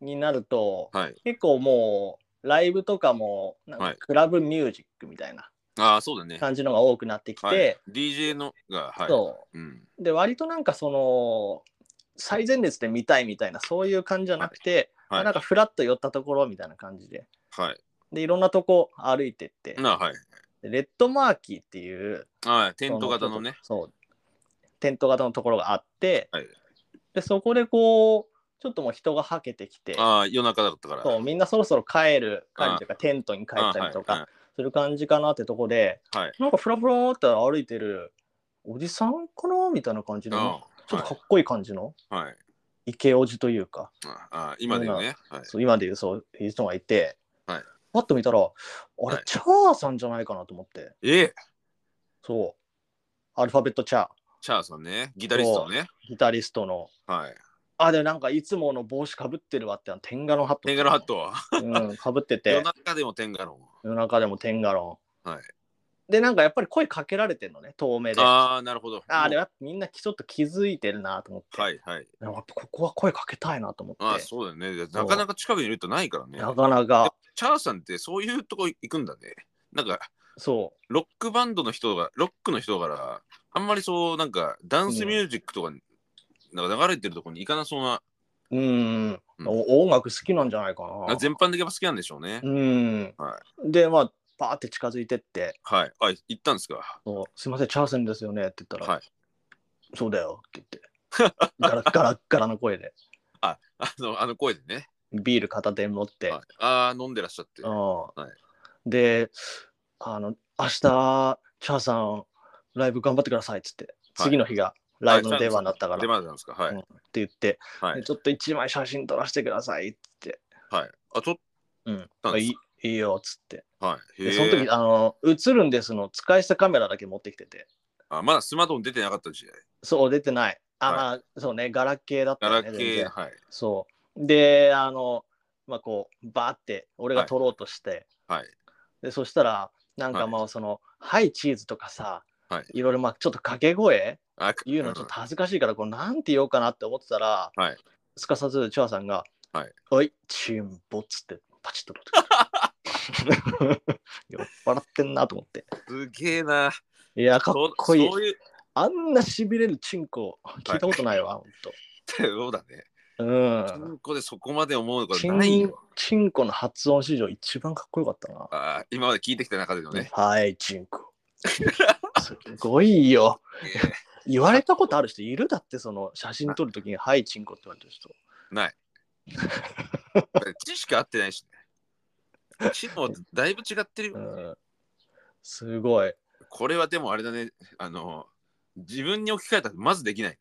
Speaker 1: い
Speaker 2: になると、
Speaker 1: はい
Speaker 2: 結構もうライブとかもなん
Speaker 1: は
Speaker 2: か
Speaker 1: い
Speaker 2: クラブミュージックみたいな
Speaker 1: ああそうだね
Speaker 2: 感じのが多くなってきて、
Speaker 1: はい、DJ のがはい、
Speaker 2: そう
Speaker 1: ん、
Speaker 2: うで割となんかその最前列で見たいみたいなそういう感じじゃなくて、まあ
Speaker 1: はい
Speaker 2: なんかフラッと寄ったところみたいな感じで。
Speaker 1: はい
Speaker 2: で、いろんなとこ歩いてって、
Speaker 1: なはい
Speaker 2: でレッドマーキーっていう、
Speaker 1: はいテント型のね
Speaker 2: そそう、テント型のところがあって、
Speaker 1: はい
Speaker 2: で、そこでこう、ちょっともう人がはけてきて、
Speaker 1: ああ夜中だったから
Speaker 2: そうみんなそろそろ帰る、帰るというか、テントに帰ったりと
Speaker 1: あ
Speaker 2: かする感じかなってとこで、
Speaker 1: はい
Speaker 2: なんかフラフラーって歩いてる、おじさんかなみたいな感じ
Speaker 1: はいはい
Speaker 2: の、ちょっとか
Speaker 1: は
Speaker 2: っこいい感じの、
Speaker 1: いはい
Speaker 2: イケオジというか、
Speaker 1: ああ今でねはい
Speaker 2: そう今でいうそういう人がいて、
Speaker 1: はい
Speaker 2: パッと見たら、あれ、
Speaker 1: はい
Speaker 2: チャーさんじゃないかなと思って。
Speaker 1: ええ
Speaker 2: そう。アルファベットチャー、
Speaker 1: チャーさんねギタリストのね
Speaker 2: ギタリストの。
Speaker 1: はい
Speaker 2: あ、でもなんかいつもの帽子かぶってるわって、あのテンガロンハット。
Speaker 1: テンガロンハッ。ト
Speaker 2: うん、かぶって
Speaker 1: 夜
Speaker 2: て、
Speaker 1: 中でもテンガロン
Speaker 2: 夜中でもテンガロン。
Speaker 1: はい
Speaker 2: で、なんかやっぱり声かけられてるのね、遠目で。あ
Speaker 1: ああなるほど
Speaker 2: あ、でもやっぱみんなちょっと気づいてるなと思って。
Speaker 1: はいはい
Speaker 2: でもやっぱここは声かけたいなと思って。
Speaker 1: ああそうだよねなかなか近くにいる人ないからね
Speaker 2: なかなか、
Speaker 1: チャーさんってそういうとこ行くんだねなんか
Speaker 2: そ
Speaker 1: ロックバンドの人がロックの人からあんまりそうなんかダンスミュージックとか,、なんか流れてるとこに行かなそうな
Speaker 2: う。うん、
Speaker 1: うん
Speaker 2: お音楽好きなんじゃないかな。
Speaker 1: 全般的にやっぱ好きなんでしょうね、
Speaker 2: うん、
Speaker 1: は
Speaker 2: で、まあ、パーって近づいてって。
Speaker 1: はいあ行ったんですか
Speaker 2: そうすいません、チャーセンですよねって言ったら、
Speaker 1: はい
Speaker 2: そうだよって言 って、ガラッガラッガラの声で、
Speaker 1: ああのあの声でね、
Speaker 2: ビール片手に持って、
Speaker 1: はい、ああ飲んでらっしゃって
Speaker 2: うん
Speaker 1: い
Speaker 2: で、あの、明日、チャーさん、ライブ頑張ってくださいって言って、
Speaker 1: はい
Speaker 2: 次の日がライブの出番だったから、
Speaker 1: 出
Speaker 2: っ
Speaker 1: 番なんですかはい、
Speaker 2: うんて言って、
Speaker 1: はい
Speaker 2: でちょっと一枚写真撮らせてくださいって言って
Speaker 1: はいあちょっ、
Speaker 2: うん
Speaker 1: なん
Speaker 2: あ
Speaker 1: です
Speaker 2: いいいいよっつって、
Speaker 1: とはいへ
Speaker 2: で
Speaker 1: え
Speaker 2: その時あの映るんですの使い捨てカメラだけ持ってきてて、
Speaker 1: あまだスマートフォン出てなかった時代
Speaker 2: そう、出てない。あ、
Speaker 1: はい
Speaker 2: まあ、そうね、ガラケーだった
Speaker 1: ガ
Speaker 2: よ
Speaker 1: ラ
Speaker 2: ね
Speaker 1: ケ
Speaker 2: 全
Speaker 1: ー
Speaker 2: 然
Speaker 1: はい
Speaker 2: そう。で、あの、まあ、こう、バーって、俺が取ろうとして、
Speaker 1: はい
Speaker 2: で、そしたら、なん
Speaker 1: は
Speaker 2: か
Speaker 1: い
Speaker 2: まあ、その、はい、チーズとかさ、
Speaker 1: はい
Speaker 2: いろいろ、まあ、ちょっと掛け声
Speaker 1: あ
Speaker 2: 言うのちょっと恥ずかしいから、こう、なんて言おうかなって思ってたら、
Speaker 1: はい
Speaker 2: すかさず、チュアさんが、
Speaker 1: はい、
Speaker 2: おい、チームボッツって、パチッと取ってくる。 酔っ払ってんなと思って。
Speaker 1: うんすげえない
Speaker 2: や、かっこいい
Speaker 1: そ。そういう
Speaker 2: あんなしびれるチンコ、聞いたことないわ、ほんと。
Speaker 1: そうだね
Speaker 2: うん。
Speaker 1: 中古でそこまで思うこと
Speaker 2: チ
Speaker 1: ない
Speaker 2: ン
Speaker 1: よ
Speaker 2: チンコの発音史上一番かっこよかったな。
Speaker 1: あー今まで聞いてきた中でのね
Speaker 2: はい、チンコ。すご いよ。
Speaker 1: えー
Speaker 2: 言われたことある人いるだって、その写真撮るときに、はい、チンコって言われてる人。
Speaker 1: ない。知識合ってないしね。知能だいぶ違ってる
Speaker 2: う
Speaker 1: よ。
Speaker 2: ん、すごい。
Speaker 1: これはでもあれだね、あの、自分に置き換えたらまずできないね。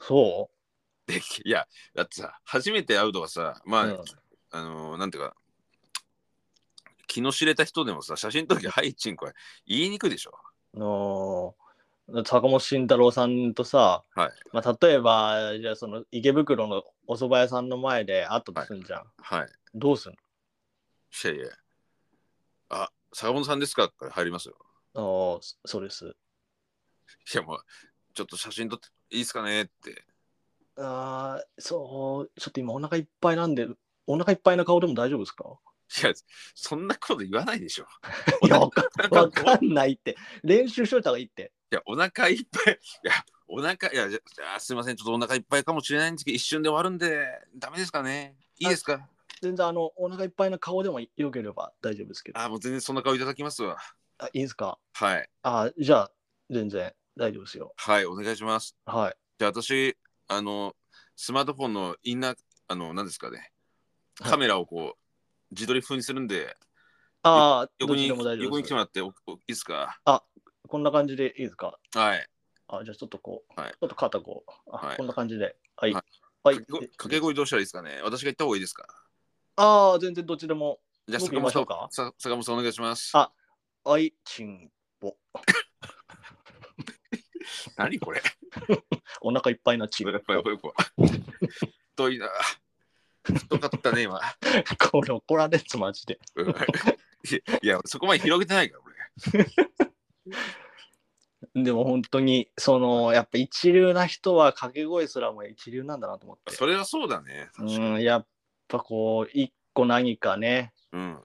Speaker 2: そ
Speaker 1: できいや、だってさ、初めて会うとかさ、まあ、
Speaker 2: うん
Speaker 1: あの、なんていうか、気の知れた人でもさ、写真の時、はい、チンコは言いにくいでしょ。
Speaker 2: の坂本慎太郎さんとさ、
Speaker 1: はい
Speaker 2: まあ、例えばじゃあその池袋のお蕎麦屋さんの前で会ったとすんじゃん、
Speaker 1: はい。
Speaker 2: どうすん
Speaker 1: いやいや。あ、坂本さんですかから入りますよ。
Speaker 2: のあーそそうです
Speaker 1: いや、もう、ちょっと写真撮っていいですかねって。
Speaker 2: あーそうちょっと今お腹いっぱいなんでお腹いっぱいの顔でも大丈夫ですか
Speaker 1: いや、そんなこと言わないでしょ。
Speaker 2: いやわか
Speaker 1: なんか
Speaker 2: わかんないって練習しといた方がいいって
Speaker 1: いや、お腹いっぱい、いや、お腹、いや、じゃじゃあすいません、ちょっとお腹いっぱいかもしれないんですけど、一瞬で終わるんで、ダメですかねいいですか
Speaker 2: 全然あのお腹いっぱいの顔でもよければ大丈夫ですけど
Speaker 1: あもう全然そんな顔いただきますわ。
Speaker 2: あいいですか
Speaker 1: はい、
Speaker 2: あーじゃあ全然大丈夫ですよ
Speaker 1: はい、お願いします。
Speaker 2: はい
Speaker 1: じゃあ私、あの、スマートフォンのインナー、あの、何ですかね、
Speaker 2: はい
Speaker 1: カメラをこう、自撮り風にするんで、
Speaker 2: ああど
Speaker 1: 横
Speaker 2: っち
Speaker 1: に
Speaker 2: でも大丈夫
Speaker 1: 横に来
Speaker 2: です
Speaker 1: てもらっておおいいですか
Speaker 2: こんな感じでいいですか
Speaker 1: はい。
Speaker 2: あ、じゃあちょっとこう、
Speaker 1: はい
Speaker 2: ちょっと肩こう、あ
Speaker 1: はい
Speaker 2: こんな感じで。はい。
Speaker 1: は
Speaker 2: はいい。
Speaker 1: 掛け声掛け声どうしたらいいですかね私が行った方がいいですか
Speaker 2: ああ、全然どっちでも。
Speaker 1: じゃあ
Speaker 2: 僕
Speaker 1: 坂本さん
Speaker 2: 行きま
Speaker 1: さ坂本さんお願いします。
Speaker 2: あはい、チンポ。
Speaker 1: 何これ
Speaker 2: お腹いっぱいなチン
Speaker 1: やっぱりよくわ太いな。太かったね、今。
Speaker 2: ポ。これ怒られるつマジで。
Speaker 1: うんいや、そこまで広げてないから、俺。
Speaker 2: でも本当に、その、やっぱ一流な人は掛け声すらも一流なんだなと思って。
Speaker 1: それはそうだね。確かに
Speaker 2: うん、やっぱこう、一個何かね、
Speaker 1: うん。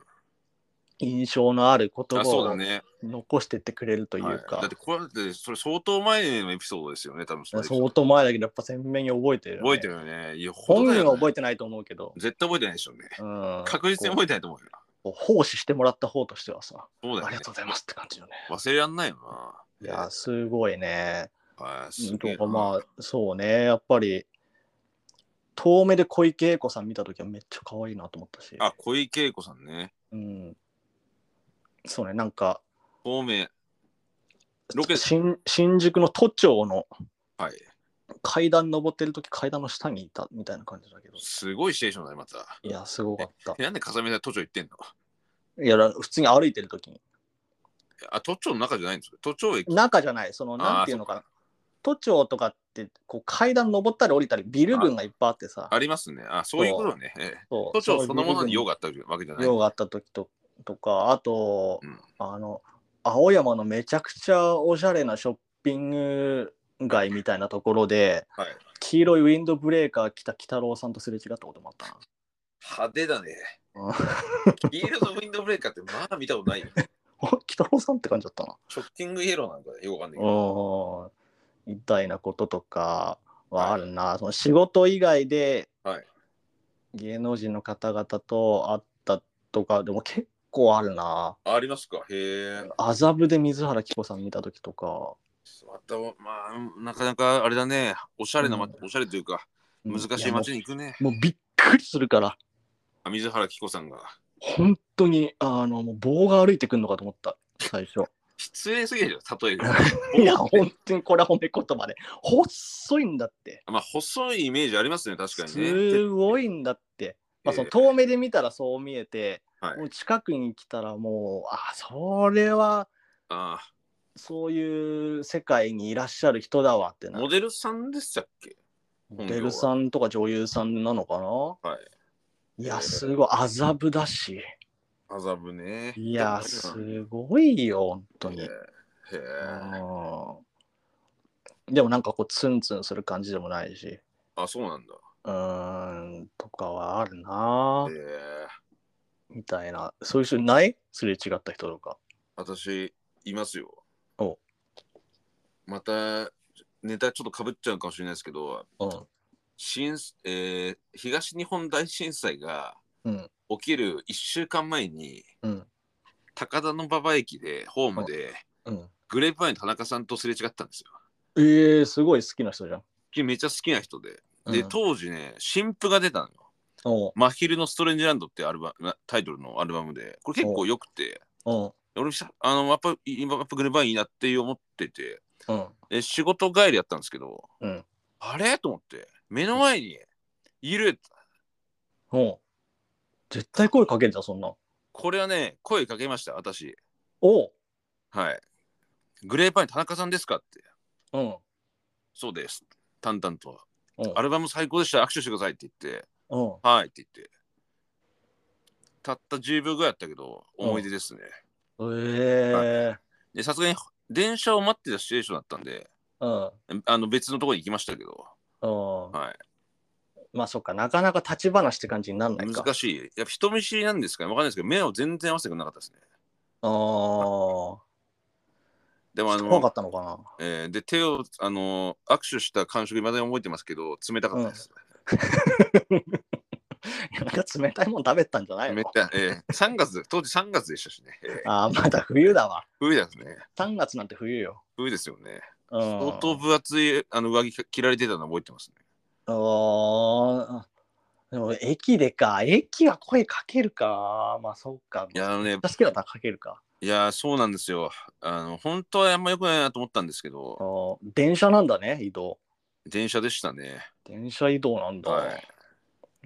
Speaker 2: 印象のある言
Speaker 1: あ、
Speaker 2: 葉
Speaker 1: そうだ
Speaker 2: を
Speaker 1: ね。
Speaker 2: 残してってくれるというか。
Speaker 1: はいだって、これだって、それ相当前のエピソードですよね、多分それ。
Speaker 2: 相当前だけど、やっぱ鮮明に覚えてる、
Speaker 1: 覚えてる
Speaker 2: る。
Speaker 1: よね。いや、
Speaker 2: 本人は
Speaker 1: え
Speaker 2: 覚えてないと思うけど。
Speaker 1: 絶対覚えてないでしょうね。
Speaker 2: うん
Speaker 1: 確実に覚えてないと思うよ。
Speaker 2: こう奉仕してもらった方としてはさ、
Speaker 1: そう
Speaker 2: あ
Speaker 1: だ
Speaker 2: り
Speaker 1: よね。
Speaker 2: がとうございますって感じよね。
Speaker 1: 忘れらんないよな。
Speaker 2: いや、すごいね。
Speaker 1: はい、すげえな
Speaker 2: とかまあ、そうね、やっぱり、遠目で小池栄子さん見たときはめっちゃ可愛いなと思ったし、
Speaker 1: あ、小池栄子さんね。
Speaker 2: うん。そうね、なんか、
Speaker 1: 方面。ロケ
Speaker 2: 新新宿の都庁の
Speaker 1: はい。
Speaker 2: 階段登ってるとき階段の下にいたみたいな感じだけど、
Speaker 1: すごいシチュエーションだね、また。
Speaker 2: いや、すごかった。
Speaker 1: えなんで風見さん都庁行ってんの
Speaker 2: いや、普通に歩いてるときに。
Speaker 1: あ、都庁の中じゃないんですか都庁駅。
Speaker 2: 中じゃない、その、なんていうのかな。都庁とかって、こう階段登ったり降りたり、ビル群がいっぱいあってさ、
Speaker 1: ありますね。あ、そういうことね。ええ
Speaker 2: そう
Speaker 1: 都庁そのものに
Speaker 2: そういう
Speaker 1: 用があったわけじゃない。
Speaker 2: 用があった時ととかあと、
Speaker 1: うん
Speaker 2: あの青山のめちゃくちゃおしゃれなショッピング街みたいなところで
Speaker 1: はい、
Speaker 2: 黄色いウィンドブレーカー着た鬼太郎さんとすれ違ったこともあったな。
Speaker 1: 派手だね
Speaker 2: うん。
Speaker 1: 黄色のウィンドブレーカーってまあ見たこと ないよ。
Speaker 2: あ鬼太郎さんって感じだったな。
Speaker 1: ショッキングイエローなんかよくわかんないけど。
Speaker 2: うんみたいなこととかはあるな、その仕事以外で
Speaker 1: はい
Speaker 2: 芸能人の方々と会ったとかでも結構あるな
Speaker 1: ありますかへえ。
Speaker 2: 麻布で水原希子さん見た時とか
Speaker 1: また、まあうん、なかなかあれだね。おしゃれな、ま
Speaker 2: うん
Speaker 1: おしゃれというか、難しい
Speaker 2: やもう
Speaker 1: 街に行くね。
Speaker 2: もうびっくりするから、
Speaker 1: あ水原希子さんが。
Speaker 2: 本当に、あの、もう棒が歩いてくるのかと思った、最初。
Speaker 1: 失礼すぎるよ、例え
Speaker 2: いや、
Speaker 1: が。
Speaker 2: 本当にこれは褒め言葉で。細いんだって。
Speaker 1: まあ、細いイメージありますね、確かにね。
Speaker 2: すごいんだって。まあ、その
Speaker 1: ええ
Speaker 2: 遠目で見たらそう見えて、
Speaker 1: はい
Speaker 2: もう近くに来たらもう、あ、それは、
Speaker 1: ああ
Speaker 2: そういう世界にいらっしゃる人だわってな
Speaker 1: モ。デルさんでしたっけ
Speaker 2: モデルさんとか女優さんなのかな、、
Speaker 1: はいええ
Speaker 2: や、すごい、麻布だし。
Speaker 1: 麻布ね。
Speaker 2: いや、
Speaker 1: す
Speaker 2: す
Speaker 1: ごい
Speaker 2: ごいよ、本当に
Speaker 1: へ。え。へえ
Speaker 2: うんでもなんかこうツンツンする感じでもないし
Speaker 1: あ、そうなんだ。
Speaker 2: うーんとかはあるな
Speaker 1: へえ。
Speaker 2: みたいなそういう人いないすれ違った人とか
Speaker 1: 私、いますよ。
Speaker 2: お
Speaker 1: また、ネタちょっとかぶっちゃうかもしれないですけど、
Speaker 2: うん
Speaker 1: 新えー東日本大震災が
Speaker 2: うん
Speaker 1: 起きる1週間前に、
Speaker 2: うん
Speaker 1: 高田馬場駅で、ホームで、
Speaker 2: うん
Speaker 1: グレープワインの田中さんとすれ違ったんですよ。
Speaker 2: えー、すごい好きな人じゃん
Speaker 1: めっちゃ好きな人で。で、
Speaker 2: うん
Speaker 1: 当時ね、新譜が出たのよ。
Speaker 2: おう
Speaker 1: 真昼のストレンジランドってアルバムタイトルのアルバムで、これ結構良くて、
Speaker 2: おう
Speaker 1: 俺さあのやっぱ今やっぱグレバインいいなって思ってて
Speaker 2: うん
Speaker 1: で仕事帰りやったんですけど、
Speaker 2: うん
Speaker 1: あれと思って目の前にいる
Speaker 2: おう絶対声かけるじゃんそんな
Speaker 1: これはね、声かけました、私。
Speaker 2: おう
Speaker 1: はい。グレーパイン田中さんですかって。
Speaker 2: うん。
Speaker 1: そうです。淡々と。
Speaker 2: うん。
Speaker 1: アルバム最高でした。握手してくださいって言って。
Speaker 2: うん。
Speaker 1: はいって言って。たった10秒ぐらいやったけど、
Speaker 2: うん
Speaker 1: 思い出ですね。
Speaker 2: ええ
Speaker 1: で、さすがに電車を待ってたシチュエーションだったんで、
Speaker 2: うん。
Speaker 1: あの別のところに行きましたけど、
Speaker 2: うん。
Speaker 1: はい、
Speaker 2: まあそっか、なかなか立ち話って感じにならないか。
Speaker 1: 難しい。やっぱ人見知りなんですかね、わかんないですけど、目を全然合わせてくれなかったですね。
Speaker 2: あー
Speaker 1: でもあ
Speaker 2: 怖
Speaker 1: の、
Speaker 2: かったのかな。
Speaker 1: えーで、手をあの握手した感触、いまだに覚えてますけど、冷たかったです。
Speaker 2: いやなんか冷たいもん食べたんじゃない
Speaker 1: め
Speaker 2: の
Speaker 1: っちゃ、えー、3月、当時3月でしたしね。えー
Speaker 2: ああ、まだ冬だわ。
Speaker 1: 冬ですね。
Speaker 2: 3月なんて冬よ。
Speaker 1: 冬ですよね。
Speaker 2: うん、
Speaker 1: 相当分厚いあの上着着られてたの覚えてますね。
Speaker 2: あーでも駅でか。駅は声かけるか。まあそうか。
Speaker 1: いや、あのね
Speaker 2: めっちゃ、好きだったらかけるか。
Speaker 1: いや、そうなんですよ。あの、本当はあんま良くないなと思ったんですけ
Speaker 2: あ
Speaker 1: ど、
Speaker 2: ー電車なんだね、移動。
Speaker 1: 電車でしたね。
Speaker 2: 電車移動なんだ。
Speaker 1: はい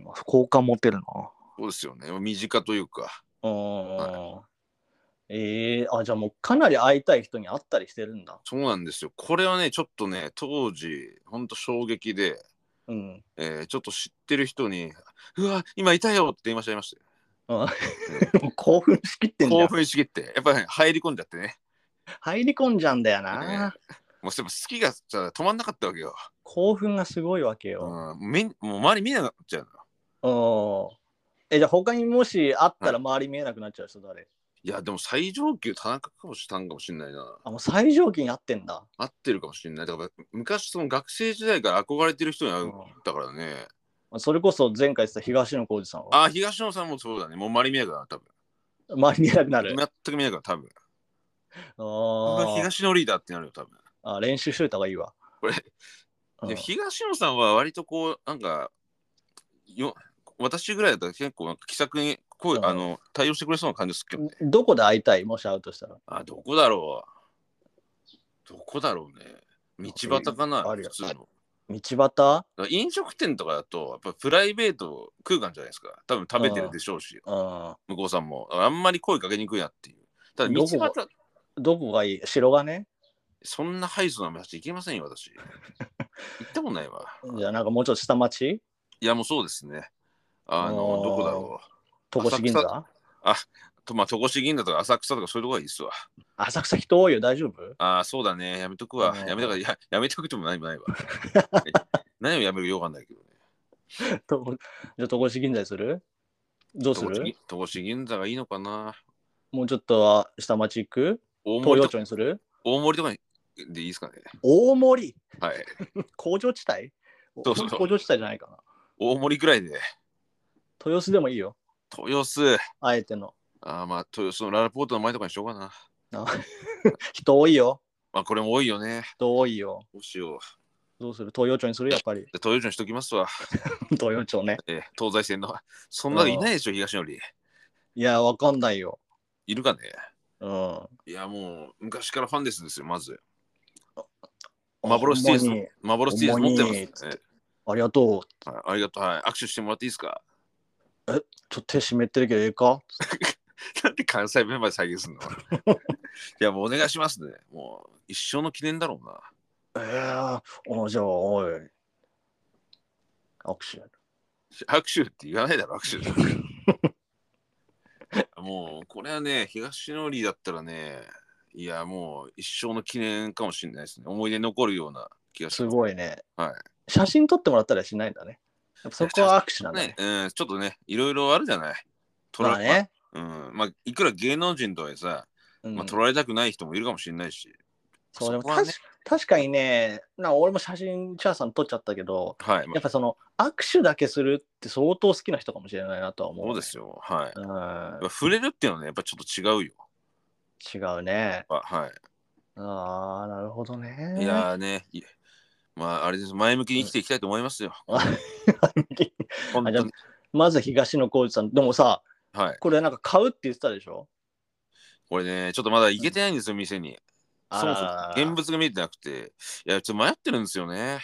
Speaker 2: まあ、好感持てるな。
Speaker 1: そうですよね。身近というか。
Speaker 2: うん。ええあ、じゃあもうかなり会いたい人に会ったりしてるんだ。
Speaker 1: そうなんですよ。これはね、ちょっとね、当時、本当衝撃で、
Speaker 2: うん。
Speaker 1: えーちょっと知ってる人に、うわ、今いたよって言いましたいまし
Speaker 2: もう興奮しきって
Speaker 1: た
Speaker 2: ん
Speaker 1: よ。
Speaker 2: じゃ
Speaker 1: 興
Speaker 2: ん。
Speaker 1: 奮しきって、やっぱり、ね、入り込んじゃってね。
Speaker 2: 入り込んじゃうんだよな。
Speaker 1: もうでも好きがさ止まんなかったわけよ。
Speaker 2: 興奮がすごいわけ
Speaker 1: う
Speaker 2: よ。
Speaker 1: ん、めもう周り見えなくなっちゃうの。
Speaker 2: うん。え、じゃあ他にもし会ったら周り見えなくなっちゃう人誰、
Speaker 1: いや、でも最上級、田中かもしれんかもしれないな。
Speaker 2: あ、もう最上級に会ってんだ。
Speaker 1: 合ってるかもしれない。だから、昔、その学生時代から憧れてる人に会う
Speaker 2: うん
Speaker 1: だからね。
Speaker 2: それこそ前回言ってた東野浩二さんは
Speaker 1: あ、東野さんもそうだね。もう周り見えなくなる、多分。
Speaker 2: 周り見えなくなる。
Speaker 1: 全く見えなくなる、多分。うわ
Speaker 2: あー
Speaker 1: 東野リーダーってなるよ、多分。
Speaker 2: あ、練習しといた方がいいわ。
Speaker 1: これ
Speaker 2: うん
Speaker 1: で東野さんは割とこうなんかよ私ぐらいだったら結構なんか気さくに声、
Speaker 2: うん
Speaker 1: あの対応してくれそうな感じですけどね、
Speaker 2: どこで会いたいもし会うとしたら。
Speaker 1: あどこだろうどこだろうね道端かな
Speaker 2: あ
Speaker 1: 普
Speaker 2: るよ
Speaker 1: 通のだか
Speaker 2: 道端
Speaker 1: ら飲食店とかだとやっぱプライベート空間じゃないですか多分食べてるでしょうし
Speaker 2: う
Speaker 1: 向こうさんもあんまり声かけにくいなっていうただ道
Speaker 2: どこが
Speaker 1: 端
Speaker 2: ん。どこがいい白金
Speaker 1: そんなハイソな街行けませんよ私行ったことないわ
Speaker 2: じゃあなんかもうちょっと下町
Speaker 1: いやもうそうですねあ
Speaker 2: あ
Speaker 1: の
Speaker 2: ー
Speaker 1: どこだろう
Speaker 2: 戸越銀座
Speaker 1: とまあ、戸越銀座とか浅草とかそういうとこがいいっすわ。
Speaker 2: 浅草人多いよ、大丈夫
Speaker 1: ああ、そうだね。やめとくわ
Speaker 2: う。ん
Speaker 1: やめたから、ややめとくとも何も ないわ。え何をやめるようがないけどね。
Speaker 2: とじゃあ、戸越銀座にするどうす
Speaker 1: 戸越
Speaker 2: る
Speaker 1: 銀戸越銀座がいいのかな
Speaker 2: もうちょっと下町行く
Speaker 1: 大
Speaker 2: 東
Speaker 1: 森
Speaker 2: 洋
Speaker 1: とか
Speaker 2: 町にする
Speaker 1: 大森とかにでいいですかね。
Speaker 2: 大森
Speaker 1: はい。
Speaker 2: 工場地帯
Speaker 1: そうそうそう
Speaker 2: 工場地帯じゃないかな。
Speaker 1: 大森ぐらいで。
Speaker 2: 豊洲でもいいよ、
Speaker 1: 豊洲。
Speaker 2: あえての。
Speaker 1: ああ、まあ、豊洲のララポートの前とかにしようかな。
Speaker 2: な人多いよ、
Speaker 1: まあ、これも多いよね。
Speaker 2: 人多いよ。
Speaker 1: どうしよう。
Speaker 2: どうする東洋町にするやっぱり。
Speaker 1: じゃあ豊洲にしときますわ。
Speaker 2: 東洋町ね。
Speaker 1: えー東西線の。そんなのいないでしょ、東より。
Speaker 2: いや、わかんないよ。
Speaker 1: いるかね。
Speaker 2: うん。
Speaker 1: いや、もう、昔からファンですですよ、まず。幻ティー
Speaker 2: ほんまに
Speaker 1: ズ、幻ティーズ持ってます、ね。
Speaker 2: ありがとう。
Speaker 1: はい、ありがとう。はい。握手してもらっていいですか
Speaker 2: ちょっと手湿ってるけどええか
Speaker 1: なんで関西メンバーで再現するの いや、もうお願いしますね。もう一生の記念だろうな。
Speaker 2: ええおじゃあ、おい。握手。
Speaker 1: 握手って言わないだろ、握 手。もう、これはね、東のりだったらね、いや、もう一生の記念かもしれないですね。思い出に残るような気がし
Speaker 2: す
Speaker 1: ます。
Speaker 2: ごいね。
Speaker 1: はい
Speaker 2: 写真撮ってもらったりはしないんだね。やっぱそこは握手なんだね
Speaker 1: ね。うん、ちょっとね、いろいろあるじゃない。取
Speaker 2: ま
Speaker 1: ら
Speaker 2: あね。
Speaker 1: うん、まあ、いくら芸能人とはいえさ、
Speaker 2: うん
Speaker 1: まあ、取られたくない人もいるかもしれないし。
Speaker 2: そうでも
Speaker 1: そこはね
Speaker 2: 確確かにね、なんか俺も写真、チャーさん撮っちゃったけど、
Speaker 1: はい。ま
Speaker 2: や
Speaker 1: あ、
Speaker 2: っぱその握手だけするって相当好きな人かもしれないなとは思う、
Speaker 1: そうですよ。はい。
Speaker 2: う
Speaker 1: やっぱ触れるっていうのはね、やっぱちょっと違うよ。
Speaker 2: ん、違うね。
Speaker 1: あはい。
Speaker 2: ああ、なるほどね。
Speaker 1: いやーね、いまああれです、前向きに生きていきたいと思いますよ。
Speaker 2: あ
Speaker 1: 本当に。
Speaker 2: まず東野幸治さん、でもさ、
Speaker 1: はい。
Speaker 2: これなんか買うって言ってたでしょ
Speaker 1: これね、ちょっとまだ行けてないんですよ、店に。そもそも
Speaker 2: あら
Speaker 1: 現物が見えてなくて。いや、ちょっと迷ってるんですよね。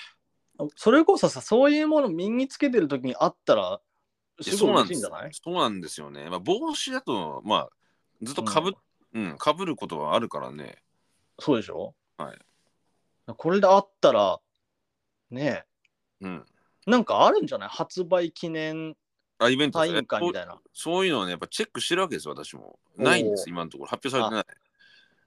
Speaker 2: それこそさ、そういうもの身につけてる時にあったら、す
Speaker 1: そう
Speaker 2: ごい
Speaker 1: なん
Speaker 2: 嬉
Speaker 1: で
Speaker 2: しいん
Speaker 1: す
Speaker 2: じゃない
Speaker 1: そうなんですよね。まあ、帽子だと、まあ、ずっとかぶ,、うんかぶることはあるからね。
Speaker 2: そうでしょ
Speaker 1: はい。
Speaker 2: これであったら、ね
Speaker 1: うん、
Speaker 2: え、なんかあるんじゃない発売記念
Speaker 1: あイベント
Speaker 2: サ
Speaker 1: です
Speaker 2: イ
Speaker 1: ね
Speaker 2: ン会
Speaker 1: そ
Speaker 2: み
Speaker 1: う
Speaker 2: たいな。
Speaker 1: そういうのをね、やっぱチェックしてるわけです、私も。ないんで
Speaker 2: お
Speaker 1: す、今のところ。発表されてない。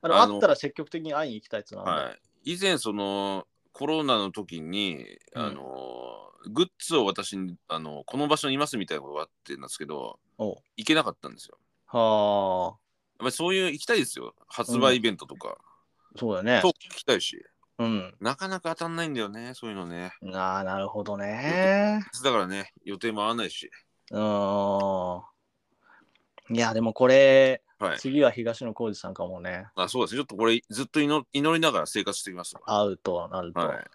Speaker 2: あの
Speaker 1: あ
Speaker 2: あ
Speaker 1: の
Speaker 2: ったら積極的に会いに行きたいやつなんで。
Speaker 1: はい、以前そのコロナの時に、
Speaker 2: うん
Speaker 1: あのグッズを私にあのこの場所にいますみたいなことがあってんですけど
Speaker 2: おう
Speaker 1: 行けなかったんですよ。
Speaker 2: はあ、
Speaker 1: やっぱりそういう行きたいですよ発売イベントとか、
Speaker 2: そうだね
Speaker 1: ト。ーク聞きたいし
Speaker 2: うん。
Speaker 1: なかなか当たんないんだよねそういうのね
Speaker 2: ああ、なるほどね。
Speaker 1: だからね予定も合わないし
Speaker 2: うーん。いや、でもこれ、
Speaker 1: はい
Speaker 2: 次は東野浩二さんかもね。
Speaker 1: あそうですねちょっとこれずっと祈祈りながら生活してきました
Speaker 2: 会うとなると。
Speaker 1: はい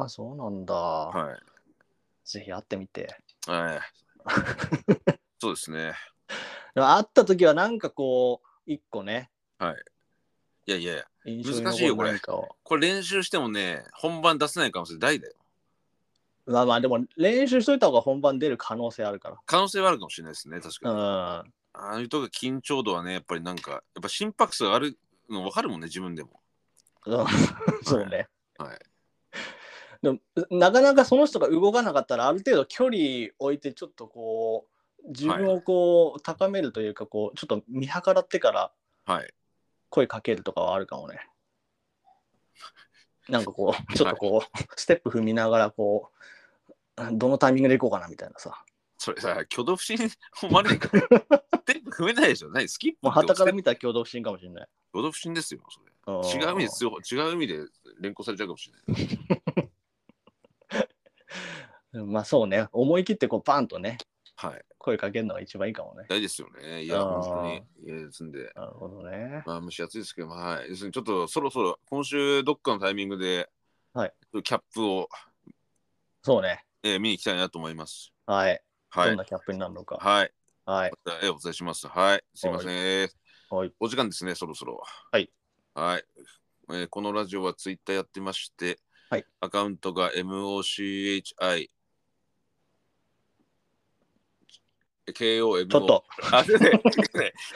Speaker 2: ああ、そうなんだ。
Speaker 1: は
Speaker 2: ぜひ会ってみて。
Speaker 1: いはい そうですね
Speaker 2: でも会った時はなんかこう、一個ね、
Speaker 1: いやいやいや
Speaker 2: 印象に
Speaker 1: 難しいよ
Speaker 2: 残る何かを。
Speaker 1: これ練習してもね本番出せないかもしれない大だよ
Speaker 2: まあまあ、でも練習しといた方が本番出る可能性あるか
Speaker 1: 可能性はあるかもしれないですね確かに、
Speaker 2: ら。うん。
Speaker 1: ああいうとこ緊張度はねやっぱりなんかやっぱ心拍数があるの分かるもんね自分でも
Speaker 2: うんそうね。
Speaker 1: はい
Speaker 2: でもなかなかその人が動かなかったらある程度距離置いてちょっとこう自分をこう高めるというかこうちょっと見計らってから
Speaker 1: はい
Speaker 2: 声かけるとかはあるか もね。なんかこうちょっとこうステップ踏みながらこうどのタイミングでいこうかなみたいなさ
Speaker 1: それさ挙動不審に思われないからステップ踏めないでしょ何スキップ
Speaker 2: もう
Speaker 1: って
Speaker 2: 旗
Speaker 1: 押し
Speaker 2: か
Speaker 1: て
Speaker 2: ら見たら共同不審かもしれない。
Speaker 1: 挙動不審ですよそれ
Speaker 2: うん
Speaker 1: 違う意味で強違う意味で連行されちゃうかもしれない
Speaker 2: まあそうね思い切ってこうバンとね
Speaker 1: はい
Speaker 2: 声かけるのが一番いいかもね。
Speaker 1: 大事ですよねいや
Speaker 2: あー
Speaker 1: 本当にいやですんで
Speaker 2: なるほどね。
Speaker 1: まあ蒸し暑いですけどまあはい要するにちょっとそろそろ今週どっかのタイミングで、
Speaker 2: はい、
Speaker 1: キャップを、
Speaker 2: そうね。
Speaker 1: えー見に行きたいなと思います
Speaker 2: はい。
Speaker 1: は
Speaker 2: どん
Speaker 1: い
Speaker 2: なキャップになるのか。
Speaker 1: はい
Speaker 2: はい。
Speaker 1: またえーお伝えします。はい。すいません。えー
Speaker 2: はい
Speaker 1: お時間ですね、そろそろ。
Speaker 2: はい。
Speaker 1: はい。えーこのラジオはツイッターやってまして、
Speaker 2: はい
Speaker 1: アカウントが MOCHI。KOM。
Speaker 2: ちょっと。
Speaker 1: あ、出て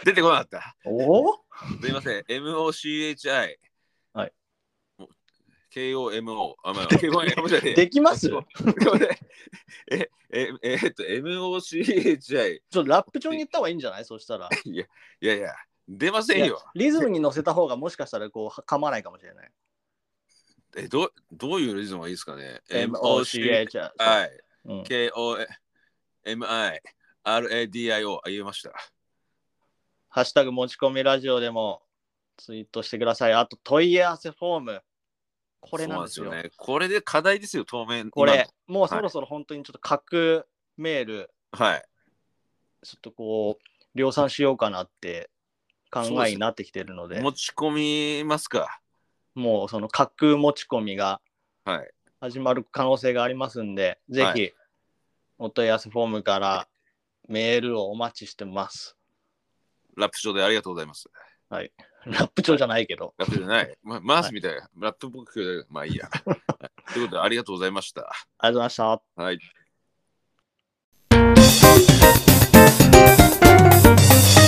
Speaker 1: 出てこなかった。
Speaker 2: おお
Speaker 1: すいません。MOCHI。
Speaker 2: はい
Speaker 1: もう。KOMO。あ、まあ、KOM じゃねえ
Speaker 2: できますち
Speaker 1: ご
Speaker 2: ょっ
Speaker 1: めんえ、え、えーっと、MOCHI。
Speaker 2: とラップ調に行った方がいいんじゃないそしたら。
Speaker 1: いやいや、出ませんよ。
Speaker 2: リズムに乗せた方がもしかしたらこうは噛まないかもしれない。
Speaker 1: え、どう、どういうリズムがいいですかね
Speaker 2: MOCH。
Speaker 1: はい。
Speaker 2: うん、
Speaker 1: K-O-M-I-R-A-D-I-O。あ、言えました。
Speaker 2: ハッシュタグ持ち込みラジオでもツイートしてください。あと問い合わせフォーム。これなんですよ。
Speaker 1: そうね。これで課題ですよ、当面。
Speaker 2: これ、もうそろそろ本当にちょっと核メール、
Speaker 1: 今の。はい。
Speaker 2: ちょっとこう、量産しようかなって考えになってきてるので、
Speaker 1: 持ち込みますか。
Speaker 2: もうその核持ち込みが
Speaker 1: はい。
Speaker 2: 始まる可能性がありますんで、ぜ
Speaker 1: は
Speaker 2: ひお問い合わせフォームからメールをお待ちしてます。
Speaker 1: ラップ上でありがとうございます。
Speaker 2: ラップ調じゃないけど。
Speaker 1: ラップじゃない。ま、マースみたいな。ラップ僕まあいい や。はいということで、ありがとうございました。
Speaker 2: ありがとうございました。
Speaker 1: はい。